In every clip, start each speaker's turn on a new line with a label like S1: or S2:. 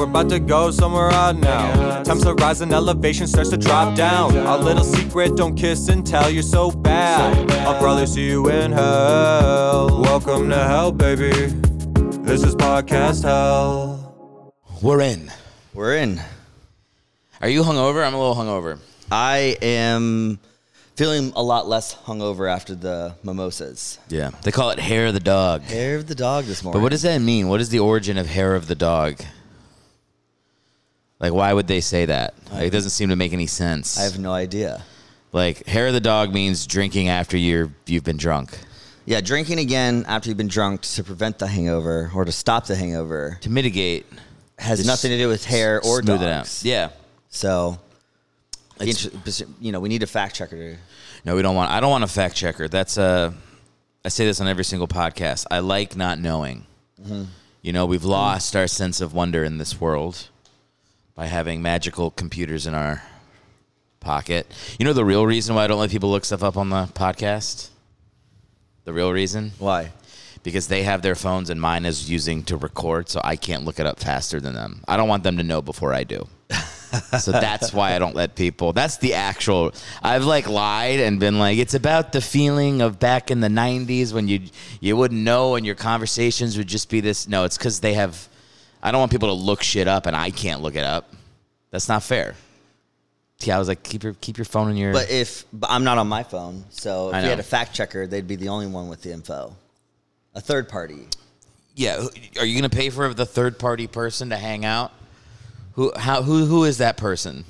S1: about to go somewhere out now. Times to rise and elevation starts to drop down. Our little secret, don't kiss and tell, you're so bad. I'll probably see you in hell. Welcome to hell, baby. This is podcast hell.
S2: We're in.
S3: We're in.
S2: Are you hungover? I'm a little hungover.
S3: I am feeling a lot less hungover after the mimosas.
S2: Yeah. They call it hair of the dog.
S3: Hair of the dog this
S2: But
S3: morning.
S2: what does that mean? What is the origin of hair of the dog? Like, why would they say that? Like, it doesn't seem to make any sense.
S3: I have no idea.
S2: like, hair of the dog means drinking after you're you've been drunk.
S3: Yeah, drinking again after you've been drunk to prevent the hangover or to stop the hangover
S2: To mitigate
S3: has
S2: Just
S3: nothing to do with hair or
S2: smooth
S3: dogs.
S2: it out. Yeah.
S3: So,
S2: It's-
S3: inter- you know, we need a fact checker. to-
S2: No, we don't want. I don't want a fact checker. That's uh I say this on every single podcast. I like not knowing. You know, we've lost our sense of wonder in this world by having magical computers in our pocket. You know the real reason why I don't let people look stuff up on the podcast. The real reason
S3: Why?
S2: because they have their phones and mine is using to record, so I can't look it up faster than them. I don't want them to know before I do. so that's why I don't let people. That's the actual. I've like lied and been like, it's about the feeling of back in the '90s when you you wouldn't know and your conversations would just be this. No, it's because they have. I don't want people to look shit up and I can't look it up. That's not fair. Yeah, I was like, keep your keep your phone in your.
S3: But if but I'm not on my phone, so
S2: I
S3: if you had
S2: know.
S3: a fact checker, they'd be the only one with the info. A third party.
S2: Yeah, who- are you going to pay for the third party person to hang out? Who how who who is that person?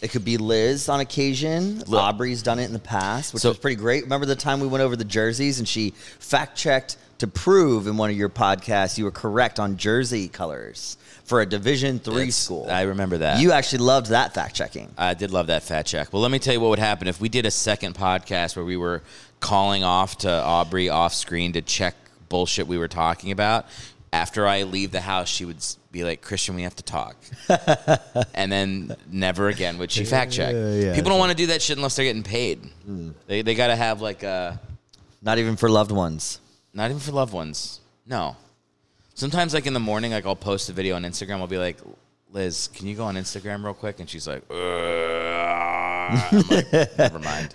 S3: It could be Liz on occasion. Aubrey's done it in the past, which
S2: So-
S3: was pretty great. Remember the time we went over the jerseys and she fact checked to prove in one of your podcasts you were correct on jersey colors for a Division three
S2: It's-
S3: school.
S2: I remember that.
S3: You actually loved that fact checking.
S2: I did love that fat check. Well, let me tell you what would happen if we did a second podcast where we were calling off to Aubrey off screen to check bullshit we were talking about. After I leave the house, she would s- be like, "Christian, we have to talk," and then never again would she fact check. People don't want to do that shit unless they're getting paid. They they got to have like a.
S3: Not even for loved ones.
S2: Not even for loved ones. No. Sometimes, like in the morning, like I'll post a video on Instagram. I'll be like, Liz, can you go on Instagram real quick? And she's like, "Ugh." I'm like never mind.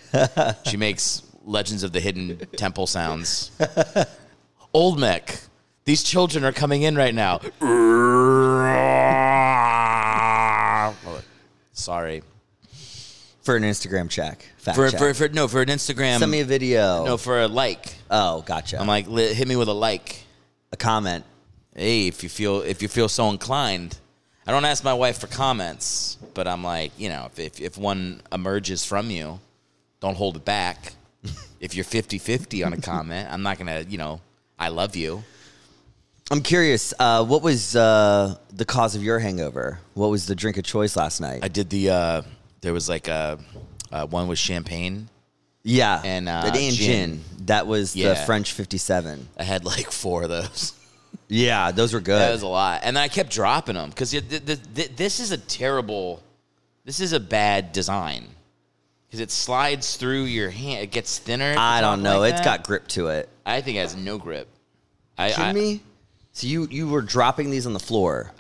S2: She makes Legends of the Hidden Temple sounds. Olmec. These children are coming in right now. I'm like, Sorry.
S3: For an Instagram check. Fact
S2: For,
S3: check.
S2: for, for no for an Instagram
S3: Send me a video.
S2: no for a like.
S3: oh, gotcha.
S2: I'm like li- hit me with a like.
S3: a comment.
S2: hey, if you feel if you feel so inclined, I don't ask my wife for comments, but I'm like, you know, if if, if one emerges from you, don't hold it back. if you're 50-50 on a comment, I'm not gonna, you know, I love you.
S3: I'm curious, uh, what was uh, the cause of your hangover? What was the drink of choice last night?
S2: I did the uh there was like a uh, one with champagne.
S3: yeah.
S2: and, uh,
S3: the day and
S2: gin.
S3: gin. That was the
S2: Yeah.
S3: French 57.
S2: I had like four of those.
S3: Yeah, those were good.
S2: That was a lot. And then I kept dropping them because th- th- th- this is a terrible, this is a bad design because it slides through your hand. It gets thinner. at the
S3: I
S2: top
S3: don't know.
S2: like
S3: it's
S2: that.
S3: got grip to it.
S2: I think it has no grip. I,
S3: Kidding
S2: I,
S3: me? So you you were dropping these on the floor.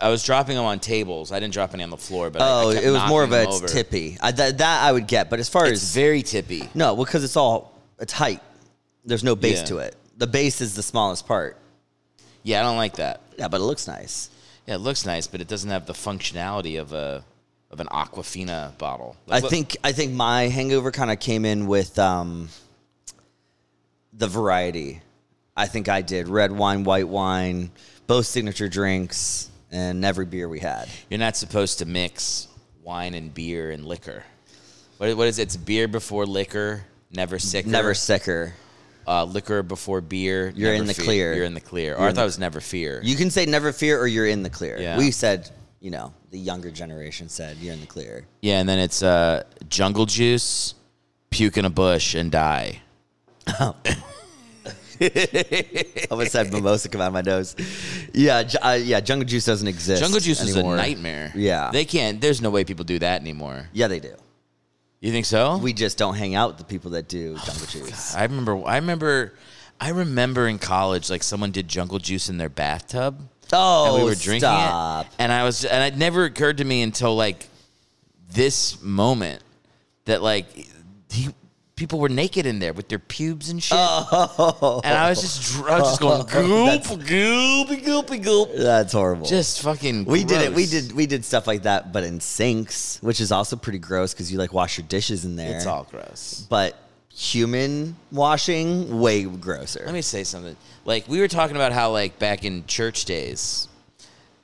S2: I was dropping them on tables. I didn't drop any on the floor, but I- I
S3: Oh,
S2: kept
S3: it was more of
S2: knocking
S3: a
S2: them
S3: it's
S2: over.
S3: tippy. I, that, that I would get, but as far
S2: It's
S3: as
S2: very tippy.
S3: no, well, because it's all it's height. There's no base
S2: Yeah.
S3: to it. The base is the smallest part.
S2: Yeah, I don't like that.
S3: Yeah, but it looks nice.
S2: Yeah, it looks nice, but it doesn't have the functionality of a of an Aquafina bottle.
S3: I
S2: Like, look-
S3: think I think my hangover kind of came in with um, the variety. I think I did red wine, white wine, both signature drinks, and every beer we had.
S2: you're not supposed to mix wine and beer and liquor. What, what is it? It's beer before liquor, never sicker.
S3: Never sicker.
S2: uh, liquor before beer.
S3: You're
S2: never
S3: in the
S2: fear.
S3: clear.
S2: You're in the clear. Or
S3: You're
S2: I
S3: in
S2: thought it
S3: the-
S2: was never fear.
S3: You can say never fear or you're in the clear.
S2: Yeah.
S3: We said, you know, the younger generation said you're in the clear.
S2: yeah, and then it's uh, jungle juice, puke in a bush, and die.
S3: I almost had mimosa come out of my nose. Yeah, ju- uh, yeah, jungle juice doesn't exist.
S2: Jungle Juice
S3: anymore.
S2: is a nightmare.
S3: Yeah.
S2: They can't, there's no way people do that anymore.
S3: yeah, they do.
S2: You think so? Oh,
S3: We just don't hang out with the people that do jungle juice.
S2: I remember, I remember, I remember in college, like someone did jungle juice in their bathtub.
S3: Oh,
S2: and we were drinking
S3: stop.
S2: it, and I was, and it never occurred to me until like this moment that like he, people were naked in there with their pubes and shit,
S3: Oh,
S2: and I was just, dr- I was just going goop,
S3: That's-
S2: goopy, goopy, goop,
S3: that's horrible.
S2: just fucking.
S3: we did it. We
S2: gross.
S3: did we did stuff like that, but in sinks, which is also pretty gross because you like wash your dishes in there.
S2: It's all gross.
S3: But human washing way grosser.
S2: let me say something. Like we were talking about how like back in church days,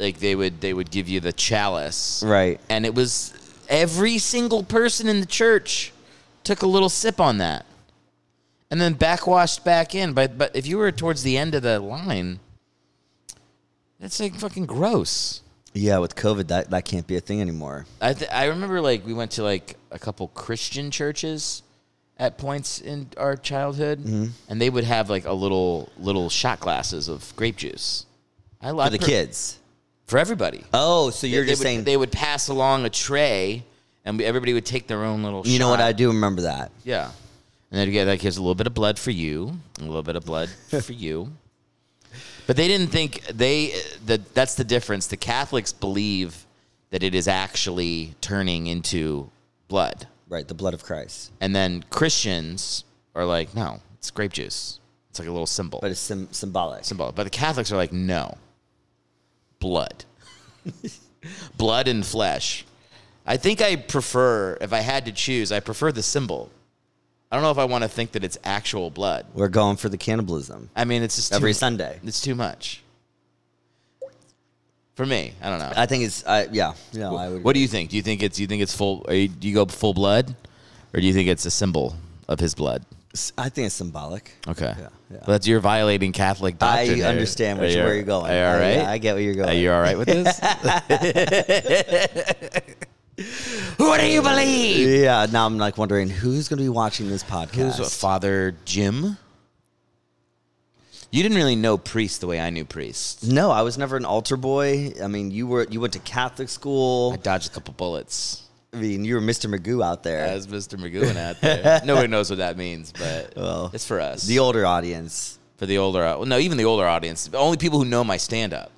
S2: like they would they would give you the chalice,
S3: Right.
S2: And it was every single person in the church took a little sip on that, and then backwashed back in. But but if you were towards the end of the line, that's like fucking gross.
S3: yeah, with COVID, that that can't be a thing anymore.
S2: I th- I remember like we went to like a couple Christian churches at points in our childhood,
S3: Mm-hmm.
S2: and they would have like a little little shot glasses of grape juice. I
S3: For
S2: love
S3: the kids.
S2: for everybody.
S3: Oh, so you're
S2: they
S3: just
S2: would,
S3: saying
S2: they would pass along a tray, and we, everybody would take their own little.
S3: You know what?
S2: shot.
S3: I do remember that.
S2: Yeah, and then yeah, that gives a little bit of blood for you, a little bit of blood for you. But they didn't think they that that's the difference. The Catholics believe that it is actually turning into blood.
S3: Right, the blood of Christ,
S2: And then Christians are like, no, it's grape juice. It's like a little symbol.
S3: but
S2: But
S3: it's sim- symbolic.
S2: symbol. But the Catholics are like, no, blood, blood and flesh. I think I prefer, if I had to choose, I prefer the symbol. I don't know if I want to think that it's actual blood.
S3: We're going for the cannibalism
S2: I mean, it's just
S3: every
S2: too,
S3: Sunday.
S2: It's too much for me. I don't know.
S3: I think it's. I yeah. No, I would.
S2: what do you think? Do you think it's? Do you think it's full? Are you, do you go full blood, or do you think it's a symbol of his blood?
S3: S- I think it's symbolic.
S2: Okay.
S3: Yeah, yeah.
S2: Well, that's you're violating Catholic
S3: I
S2: doctrine. there.
S3: understand
S2: Are
S3: which,
S2: you-
S3: where you're going.
S2: Are you all
S3: I,
S2: right?
S3: I get where you're
S2: Are
S3: going.
S2: you all right with this? what do you believe?
S3: yeah. Now I'm like wondering who's going to be watching this podcast.
S2: Who's what, Father Jim? You didn't really know priest the way I knew priest.
S3: no, I was never an altar boy. I mean, you were you went to Catholic
S2: I
S3: school.
S2: dodged a couple bullets.
S3: I mean, you were Mr. Magoo out there.
S2: As Mr. McGowan out there, nobody knows what that means, but
S3: Well,
S2: it's for us.
S3: the older audience.
S2: for the older, well, no, even the older audience. Only people who know my stand-up.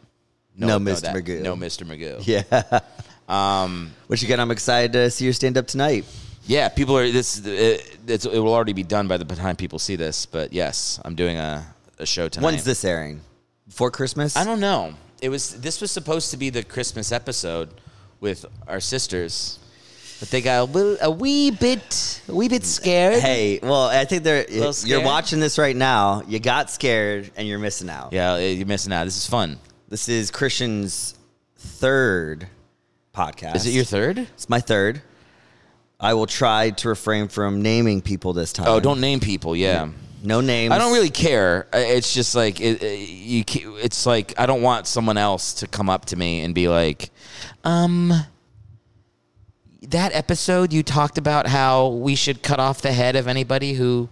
S2: know-
S3: No
S2: know
S3: Mr.
S2: that.
S3: Magoo.
S2: No Mr. Magoo.
S3: Yeah. Um.
S2: Um,
S3: Which again, I'm excited to see your stand up tonight.
S2: Yeah, people are. This it, it's, it will already be done by the time people see this. But yes, I'm doing a, a show tonight.
S3: When's this airing? Before Christmas?
S2: I don't know. It was this was supposed to be the Christmas episode with our sisters, but they got a, little, a wee bit a wee bit scared.
S3: Hey, well, I think they're you're
S2: scared?
S3: watching this right now. You got scared and you're missing out.
S2: Yeah, you're missing out. This is fun.
S3: This is Christian's third podcast.
S2: Is it your third?
S3: It's my third. I will try to refrain from naming people this time.
S2: Oh, don't name people. Yeah.
S3: no names.
S2: I don't really care. I- It's just like it, it- you. ca- It's like I don't want someone else to come up to me and be like, um, that episode you talked about how we should cut off the head of anybody who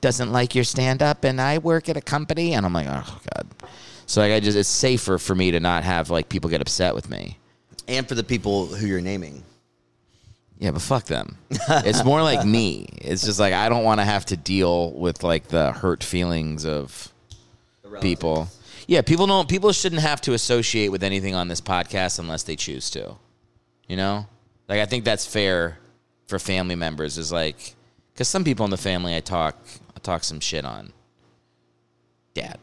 S2: doesn't like your stand up, and I work at a company, and I'm like, oh god. So like I just, it's safer for me to not have like people get upset with me.
S3: And for the people who you're naming,
S2: Yeah, but fuck them. It's more like me. It's just like I don't want to have to deal with like the hurt feelings of people. Yeah, people don't. People shouldn't have to associate with anything on this podcast unless they choose to. You know, like I think that's fair for family members. Is like because some people in the family I talk I talk some shit on. Dad,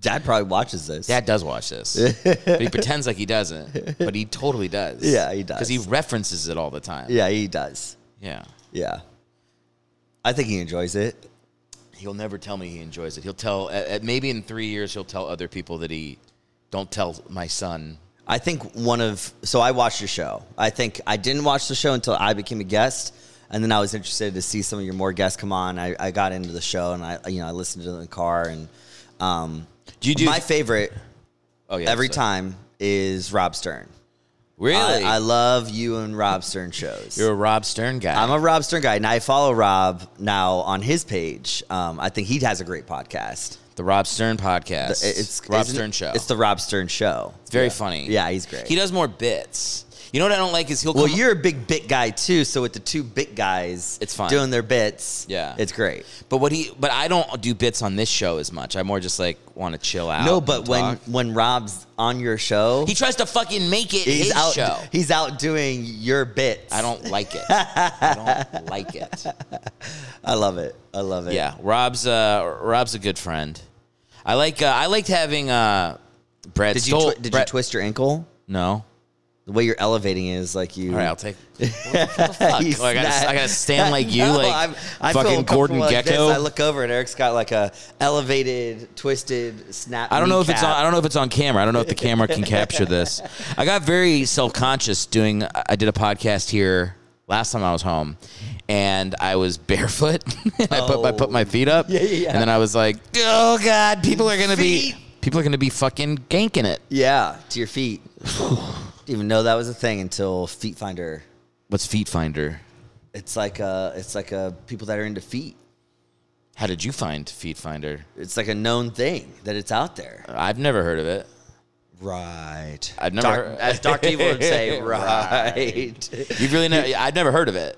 S3: Dad probably watches this.
S2: Dad does watch this, but he pretends like he doesn't, but he totally does.
S3: Yeah, he does.
S2: because he references it all the time.
S3: Yeah, he does.
S2: yeah.
S3: Yeah, I think he enjoys it.
S2: he'll never tell me he enjoys it. He'll tell uh, uh, maybe in three years he'll tell other people that he don't tell my son.
S3: I think one of so I watched your show. I think I didn't watch the show until I became a guest, and then I was interested to see some of your more guests come on. I, I got into the show and I you know I listened to it in the car and um,
S2: Do you do-
S3: my favorite
S2: Oh yeah,
S3: every
S2: so-
S3: time is Rob Stern.
S2: Really,
S3: I, I love you and Rob Stern shows.
S2: you're a Rob Stern guy.
S3: I'm a Rob Stern guy, and I follow Rob now on his page. Um, I think he has a great podcast.
S2: the Rob Stern podcast.
S3: It- It's
S2: Rob
S3: isn't-
S2: Stern show.
S3: It's the Rob Stern show.
S2: It's very funny.
S3: Yeah, he's great.
S2: He does more bits. You know what I don't like is he'll.
S3: Well,
S2: come-
S3: you're a big bit guy too, so with the two bit guys,
S2: It's fine.
S3: doing their bits.
S2: Yeah.
S3: it's great.
S2: But what he, but I don't do bits on this show as much. I more just like want to chill out.
S3: no,
S2: and
S3: but when
S2: talk.
S3: when Rob's on your show,
S2: he tries to fucking make it
S3: he's
S2: his
S3: out.
S2: show,
S3: He's out doing your bits.
S2: I don't like it. I don't like it.
S3: I love it. I love it.
S2: Yeah, Rob's uh, Rob's a good friend. I like uh, I liked having uh, Brett.
S3: Did you
S2: Stoll-
S3: twi- did you
S2: Brett-
S3: twist your ankle?
S2: No.
S3: The way you're elevating it is like you.
S2: All right, I'll take. What the fuck?
S3: He's
S2: Oh, I, gotta,
S3: not-
S2: I gotta stand like you,
S3: No,
S2: like
S3: I'm- I feel
S2: fucking Gordon
S3: uncomfortable like this.
S2: Gecko.
S3: I look over and Eric's got like a elevated, twisted snap.
S2: I don't know if it's on.
S3: kneecap.
S2: I don't know if it's on camera. I don't know if the camera can capture this. I got very self conscious doing. I did a podcast here last time I was home, and I was barefoot. and I put I put my feet up.
S3: Yeah, yeah, yeah.
S2: And then I was like, oh god, people are gonna be
S3: Feet.
S2: people are gonna be fucking ganking it.
S3: Yeah, to your feet. Didn't even know that was a thing until Feet Finder.
S2: What's Feet Finder?
S3: It's like a, it's like a people that are into feet.
S2: How did you find Feet Finder?
S3: It's like a known thing that it's out there.
S2: I've never heard of it.
S3: Right.
S2: I've never heard-
S3: as Doctor Evil would say, right.
S2: You've really never. I've never heard of it.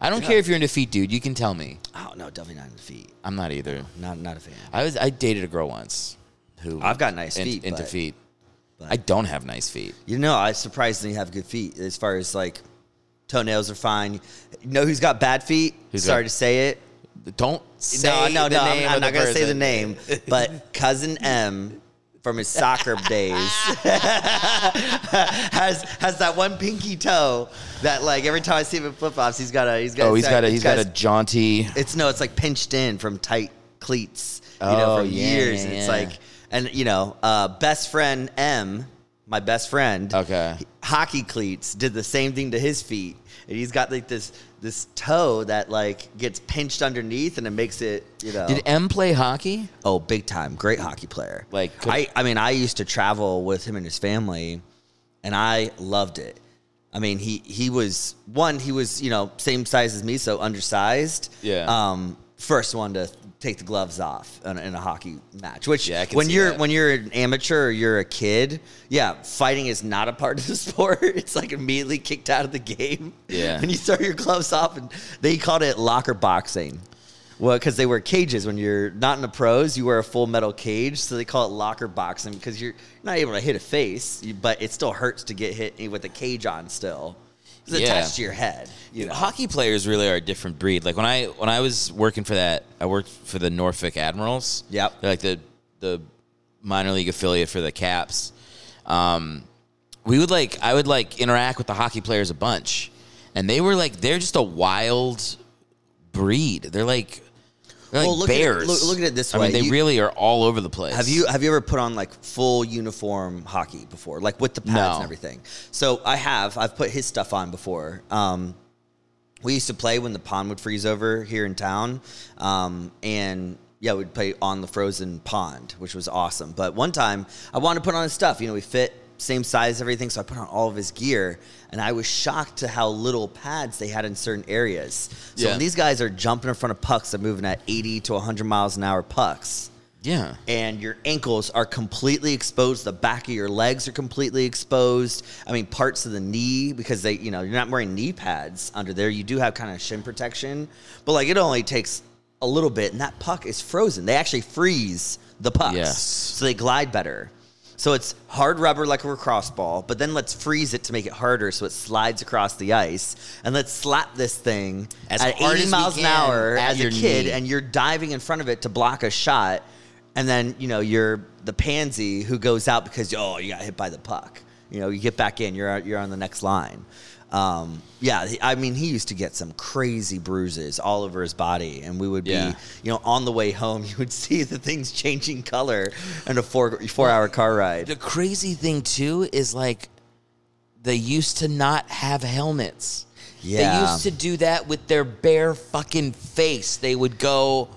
S2: I don't care if you're into feet, dude. You can tell me.
S3: Oh no, definitely not into feet.
S2: I'm not either.
S3: Not not a fan.
S2: I was I dated a girl once who
S3: I've got nice
S2: in-
S3: feet,
S2: into
S3: but-
S2: feet.
S3: but-
S2: I don't have nice feet.
S3: You know, I surprisingly have good feet as far as like toenails are fine. You know who's got bad feet?
S2: Who's got-
S3: Sorry to say it.
S2: Don't say
S3: no, no,
S2: the
S3: no.
S2: name
S3: I'm, I'm
S2: of
S3: not
S2: the
S3: gonna say the
S2: person.
S3: name, but cousin M from his soccer days has has that one pinky toe that like every time I see him in flip flops, he's got a he's got
S2: Oh, he's got a he's got a
S3: his-
S2: jaunty.
S3: it's no, it's like pinched in from tight cleats, you
S2: Oh,
S3: know, from
S2: yeah,
S3: years.
S2: yeah,
S3: and
S2: yeah.
S3: it's like, and you know, uh, best friend M, my best friend,
S2: Okay.
S3: he- hockey cleats did the same thing to his feet, and he's got like this this toe that like gets pinched underneath, and it makes it, you know,
S2: Did M play hockey?
S3: oh, big time, great hockey player.
S2: Like, could-
S3: I, I mean, I used to travel with him and his family, and I loved it. I mean, he he was one. He was you know same size as me, so undersized.
S2: Yeah.
S3: Um, first one to take the gloves off in, in a hockey match. Which
S2: Yeah, I can
S3: when
S2: see
S3: you're
S2: that.
S3: when you're an amateur or you're a kid, yeah, fighting is not a part of the sport. It's like immediately kicked out of the game.
S2: Yeah.
S3: When you throw your gloves off, and they called it locker boxing. Well, because they wear cages when you're not in the pros, you wear a full metal cage, so they call it locker boxing because you're not able to hit a face, you- but it still hurts to get hit with a cage on still. It's
S2: Yeah.
S3: attached to your head. You know?
S2: Hockey players really are a different breed. Like when I when I was working for that, I worked for the Norfolk Admirals.
S3: Yep.
S2: They're like the the minor league affiliate for the Caps. Um, we would like I would like interact with the hockey players a bunch, and they were like they're just a wild breed. They're like they're
S3: Well,
S2: like
S3: look at it-
S2: bears.
S3: look- look at it this
S2: I
S3: way.
S2: mean, they
S3: You-
S2: really are all over the place.
S3: Have you have you ever put on like full uniform hockey before, like with the pads
S2: No.
S3: and everything? So I have. I've put his stuff on before. Um, we used to play when the pond would freeze over here in town, um, and yeah, we'd play on the frozen pond, which was awesome. But one time, I wanted to put on his stuff. You know, we fit same size, everything. So I put on all of his gear, and I was shocked to how little pads they had in certain areas. So
S2: Yeah.
S3: when these guys are jumping in front of pucks, they're moving at eighty to hundred miles an hour pucks
S2: Yeah.
S3: and your ankles are completely exposed. The back of your legs are completely exposed. I mean, parts of the knee because they, you know, you're not wearing knee pads under there. You do have kind of shin protection, but like it only takes a little bit, and that puck is frozen. They actually freeze the pucks,
S2: Yes.
S3: so they glide better. So it's hard rubber like a lacrosse ball, but then let's freeze it to make it harder so it slides across the ice, and let's slap this thing
S2: As
S3: at
S2: hard
S3: 80
S2: as we
S3: miles an
S2: can
S3: hour
S2: at
S3: as a
S2: your
S3: kid,
S2: knee.
S3: and and you're diving in front of it to block a shot, and then you know you're the pansy who goes out because oh you got hit by the puck. You know you get back in, you're you're on the next line. Um, yeah, he- I mean he used to get some crazy bruises all over his body, and we would be
S2: Yeah.
S3: you know on the way home you would see the things changing color in a four four hour car ride.
S2: The crazy thing too is like they used to not have helmets. They
S3: Yeah.
S2: used to do that with their bare fucking face. They would go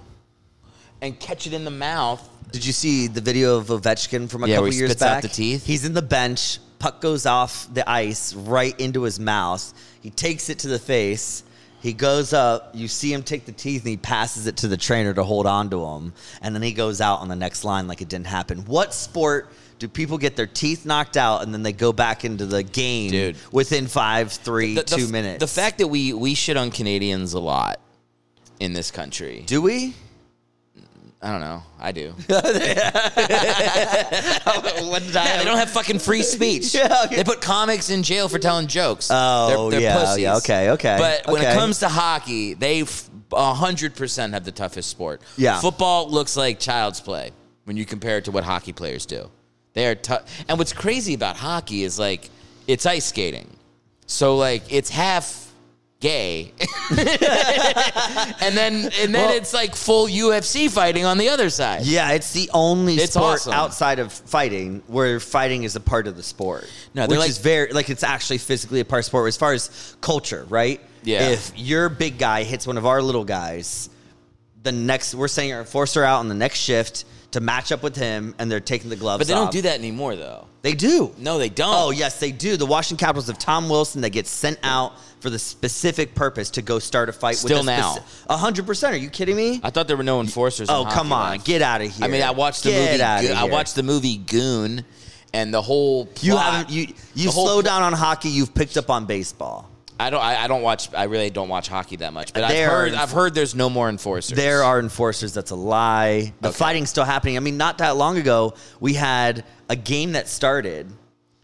S2: and catch it in the mouth.
S3: Did you see the video of Ovechkin from a
S2: Yeah,
S3: couple
S2: where he
S3: years
S2: spits out
S3: back?
S2: the teeth?
S3: He's in the bench. Puck goes off the ice right into his mouth. He takes it to the face, He goes up, you see him take the teeth, and he passes it to the trainer to hold on to him. And then he goes out on the next line like it didn't happen. What sport do people get their teeth knocked out and then they go back into the game
S2: Dude.
S3: within five, three,
S2: The- the
S3: two
S2: f-
S3: minutes?
S2: The fact that we we shit on Canadians a lot in this country.
S3: Do we?
S2: I don't know. I do.
S3: What did
S2: Yeah, they don't have fucking free speech.
S3: Yeah, okay.
S2: They put comics in jail for telling jokes.
S3: Oh,
S2: they're, they're
S3: yeah,
S2: pussies.
S3: yeah, okay, okay,
S2: But when it
S3: okay.
S2: comes to hockey, they f- a hundred percent have the toughest sport.
S3: Yeah.
S2: football looks like child's play when you compare it to what hockey players do. They are tough. And what's crazy about hockey is like it's ice skating, so like it's half gay, and then and then
S3: Well-
S2: it's like full UFC fighting on the other side.
S3: Yeah, it's the only
S2: It's
S3: sport
S2: awesome.
S3: outside of fighting where fighting is a part of the sport.
S2: No, they're
S3: which
S2: like-
S3: is very like it's actually physically a part of sport as far as culture, right?
S2: Yeah.
S3: If your big guy hits one of our little guys, the next we're sending our enforcer out on the next shift to match up with him, and they're taking the gloves.
S2: but they don't
S3: off.
S2: do that anymore, though.
S3: They do.
S2: No, they don't.
S3: Oh yes, they do. The Washington Capitals of Tom Wilson that gets sent out for the specific purpose to go start a fight.
S2: Still
S3: with a
S2: now.
S3: hundred percent. Are you kidding me?
S2: I thought there were no enforcers. in
S3: Oh
S2: hockey
S3: come on,
S2: left.
S3: get out of here.
S2: I mean, I watched the
S3: Get
S2: movie.
S3: outta
S2: Go- I
S3: here.
S2: watched the movie Goon, and the whole plot,
S3: You haven't you you
S2: the whole
S3: slow
S2: pl-
S3: down on hockey. You've picked up on baseball.
S2: I don't. I, I don't watch. I really don't watch hockey that much. But
S3: There
S2: I've heard.
S3: are-
S2: I've heard there's no more enforcers.
S3: There are enforcers. That's a lie. The
S2: Okay.
S3: fighting's still happening. I mean, not that long ago, we had a game that started,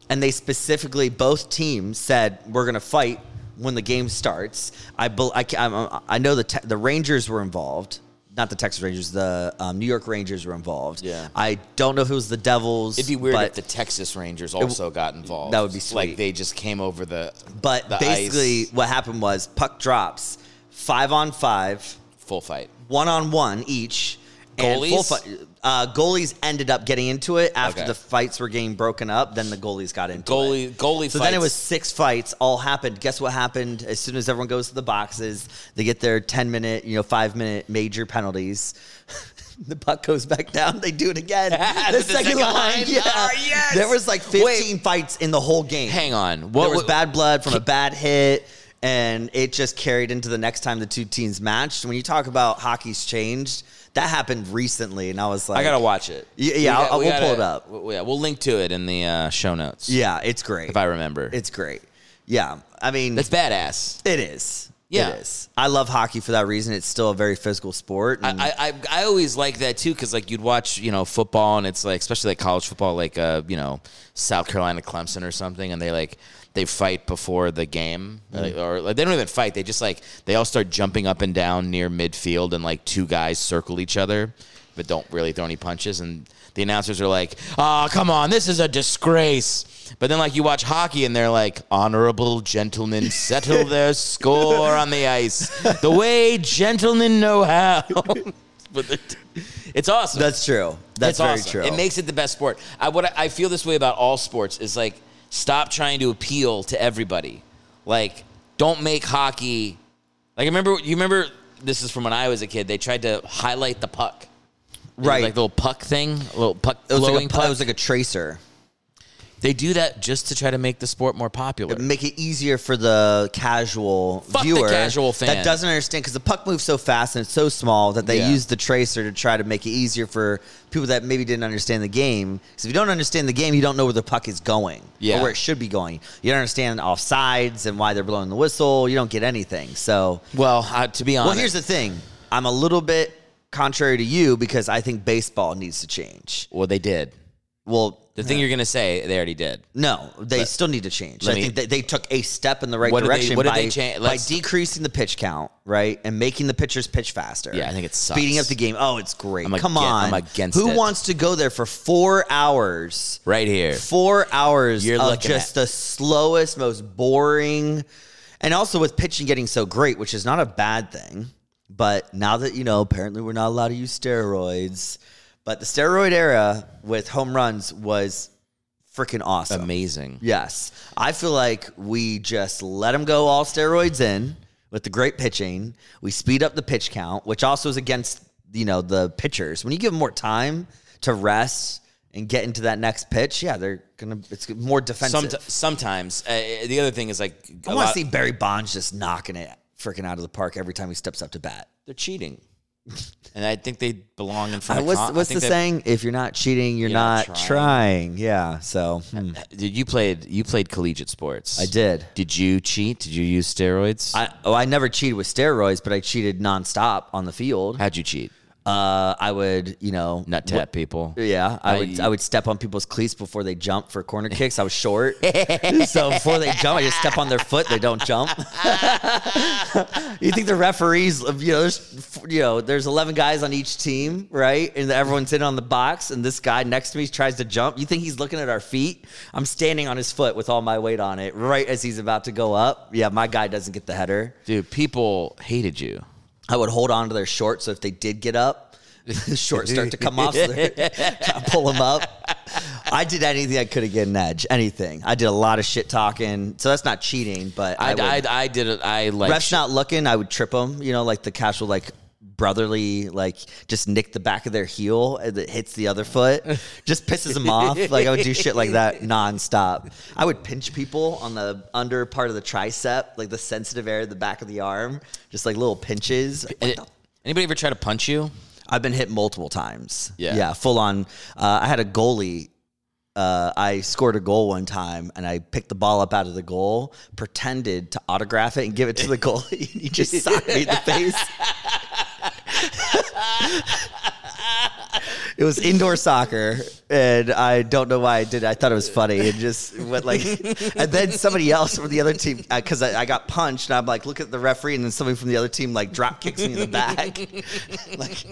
S3: and they specifically both teams said we're gonna fight when the game starts. I bel- I ca- I'm- I know the te- the Rangers were involved. Not the Texas Rangers, the um, New York Rangers were involved.
S2: Yeah.
S3: I don't know if it was the Devils.
S2: It'd be weird
S3: but
S2: if the Texas Rangers also got involved.
S3: that would be sweet.
S2: Like they just came over the.
S3: But
S2: the
S3: basically,
S2: ice,
S3: what happened was puck drops, five on five,
S2: full fight.
S3: one on one each. And full
S2: Goalies?
S3: fi- uh, goalies ended up getting into it after
S2: Okay.
S3: the fights were getting broken up. Then the goalies got into
S2: Goalie.
S3: it.
S2: Goalie.
S3: So
S2: fights.
S3: then it was six fights, all happened. Guess what happened? As soon as everyone goes to the boxes, they get their ten minute, you know, five minute major penalties. the puck goes back down. They do it again. the,
S2: The second line.
S3: yeah.
S2: Oh, yes.
S3: There was like
S2: Wait.
S3: fifteen fights in the whole game
S2: Hang on.
S3: there
S2: What
S3: was
S2: wa-
S3: bad blood from a bad hit, and it just carried into the next time the two teams matched. When you talk about hockey's changed, that happened recently, and I was like,
S2: I gotta watch it.
S3: Y- yeah, I'll- I'll- we'll pull it up.
S2: w- yeah, we'll link to it in the uh, show notes.
S3: Yeah, it's great.
S2: if I remember,
S3: It's great. Yeah, I mean,
S2: that's badass.
S3: it is.
S2: Yeah.
S3: It is. I love hockey for that reason. It's still a very physical sport. and-
S2: I, I I always like that too because like you'd watch you know football and it's like especially like college football like uh you know South Carolina Clemson or something and they like they fight before the game like, or like, they don't even fight they just like they all start jumping up and down near midfield and like two guys circle each other but don't really throw any punches and the announcers are like oh come on this is a disgrace but then like you watch hockey and they're like honorable gentlemen settle their score on the ice the way gentlemen know how but the- it's awesome.
S3: that's true. That's
S2: it's
S3: very
S2: awesome.
S3: true.
S2: It makes it the best sport. I what I, I feel this way about all sports is like stop trying to appeal to everybody. Like don't make hockey. Like I remember you remember this is from when I was a kid. They tried to highlight the puck. It was
S3: Right.
S2: like the little puck thing, a little puck
S3: it was
S2: glowing
S3: like a,
S2: puck.
S3: it was like a tracer.
S2: they do that just to try to make the sport more popular.
S3: make it easier for the casual
S2: Fuck the
S3: viewer
S2: casual fan.
S3: that doesn't understand because the puck moves so fast and it's so small that they
S2: Yeah.
S3: use the tracer to try to make it easier for people that maybe didn't understand the game. Because if you don't understand the game, you don't know where the puck is going
S2: Yeah.
S3: or where it should be going. You don't understand offsides and why they're blowing the whistle. You don't get anything. So,
S2: well, uh, to be honest,
S3: well, here's the thing: I'm a little bit contrary to you because I think baseball needs to change.
S2: well they did.
S3: Well.
S2: The thing you're gonna say, they already did.
S3: No, they still need to change.
S2: let
S3: I
S2: me-
S3: think that they took a step in the right
S2: What did they-
S3: direction
S2: what did
S3: by,
S2: they change?
S3: by
S2: Let's-
S3: decreasing the pitch count, right, and making the pitchers pitch faster.
S2: Yeah, I think it sucks.
S3: Speeding up the game. Oh, it's great.
S2: I'm
S3: Come
S2: again-
S3: on,
S2: I'm against
S3: Who
S2: it.
S3: wants to go there for four hours?
S2: Right here.
S3: Four hours
S2: You're
S3: of
S2: looking
S3: just
S2: at-
S3: the slowest, most boring, and also with pitching getting so great, which is not a bad thing. But now that you know, apparently we're not allowed to use steroids. But the steroid era with home runs was freaking awesome.
S2: Amazing.
S3: Yes. I feel like we just let them go all steroids in with the great pitching. We speed up the pitch count, which also is against, you know, the pitchers. When you give them more time to rest and get into that next pitch, yeah, they're going to, it's more defensive.
S2: Somet- sometimes uh, the other thing is like a
S3: I want to
S2: lot-
S3: see Barry Bonds just knocking it freaking out of the park every time he steps up to bat. They're cheating.
S2: and I think they belong in front
S3: Uh,
S2: of.
S3: what's
S2: con- I
S3: what's
S2: think
S3: the
S2: they-
S3: saying? If you're not cheating, you're
S2: You're
S3: not
S2: not
S3: trying. Yeah. So hmm,
S2: Did you played you played collegiate sports?
S3: I did.
S2: Did you cheat? Did you use steroids?
S3: I oh I never cheated with steroids, but I cheated nonstop on the field.
S2: How'd you cheat?
S3: Uh, I would you know
S2: Nut tap people.
S3: Yeah, I would
S2: I-
S3: I would step on people's cleats before they jump for corner kicks. I was short, so before they jump, I just step on their foot. They don't jump. you think the referees? You know, there's you know, there's eleven guys on each team, right? And everyone's in on the box, and this guy next to me tries to jump. You think he's looking at our feet? I'm standing on his foot with all my weight on it, right as he's about to go up. Yeah, my guy doesn't get the header.
S2: Dude, people hated you.
S3: I would hold on to their shorts. So if they did get up, the shorts start to come off. So they're- I pull them up. I did anything I could to get an edge. Anything. I did a lot of shit talking. So that's not cheating, but I,
S2: I,
S3: would,
S2: I, I, did it. I like.
S3: refs not looking. I would trip them. You know, like the casual, like brotherly, like just nick the back of their heel that hits the other foot, just pisses them off. Like I would do shit like that nonstop. I would pinch people on the under part of the tricep, like the sensitive area of the back of the arm, just like little pinches. What
S2: Any-
S3: the
S2: anybody ever try to punch you?
S3: I've been hit multiple times.
S2: Yeah.
S3: Yeah. Full on. Uh, I had a goalie. Uh, I scored a goal one time and I picked the ball up out of the goal, pretended to autograph it and give it to the goalie. and he just socked me in the face. it was indoor soccer. And I don't know why I did it. I thought it was funny. It just went like, and then somebody else from the other team, because I, I got punched and I'm like, look at the referee. And then somebody from the other team like drop kicks me in the back like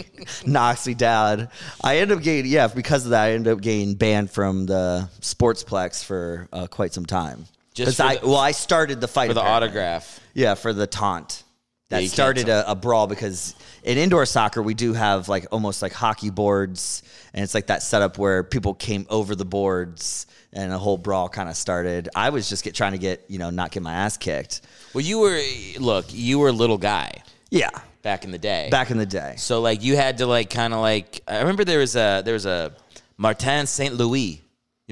S3: knocks me down. I end up getting yeah because of that. I end up getting banned from the sportsplex for uh, quite some time.
S2: Just
S3: 'Cause
S2: for
S3: I
S2: the-
S3: well, I started the fight
S2: For the
S3: apparently.
S2: autograph.
S3: Yeah, for the taunt.
S2: Yeah,
S3: That
S2: you can't
S3: started a, a brawl because in indoor soccer we do have like almost like hockey boards, and it's like that setup where people came over the boards and a whole brawl kind of started. I was just get, trying to get you know not get my ass kicked.
S2: Well, you were, look, you were a little guy
S3: Yeah,
S2: back in the day.
S3: back in the day.
S2: So, like, you had to, like, kind of like, I remember there was a, there was a Martin St. Louis. You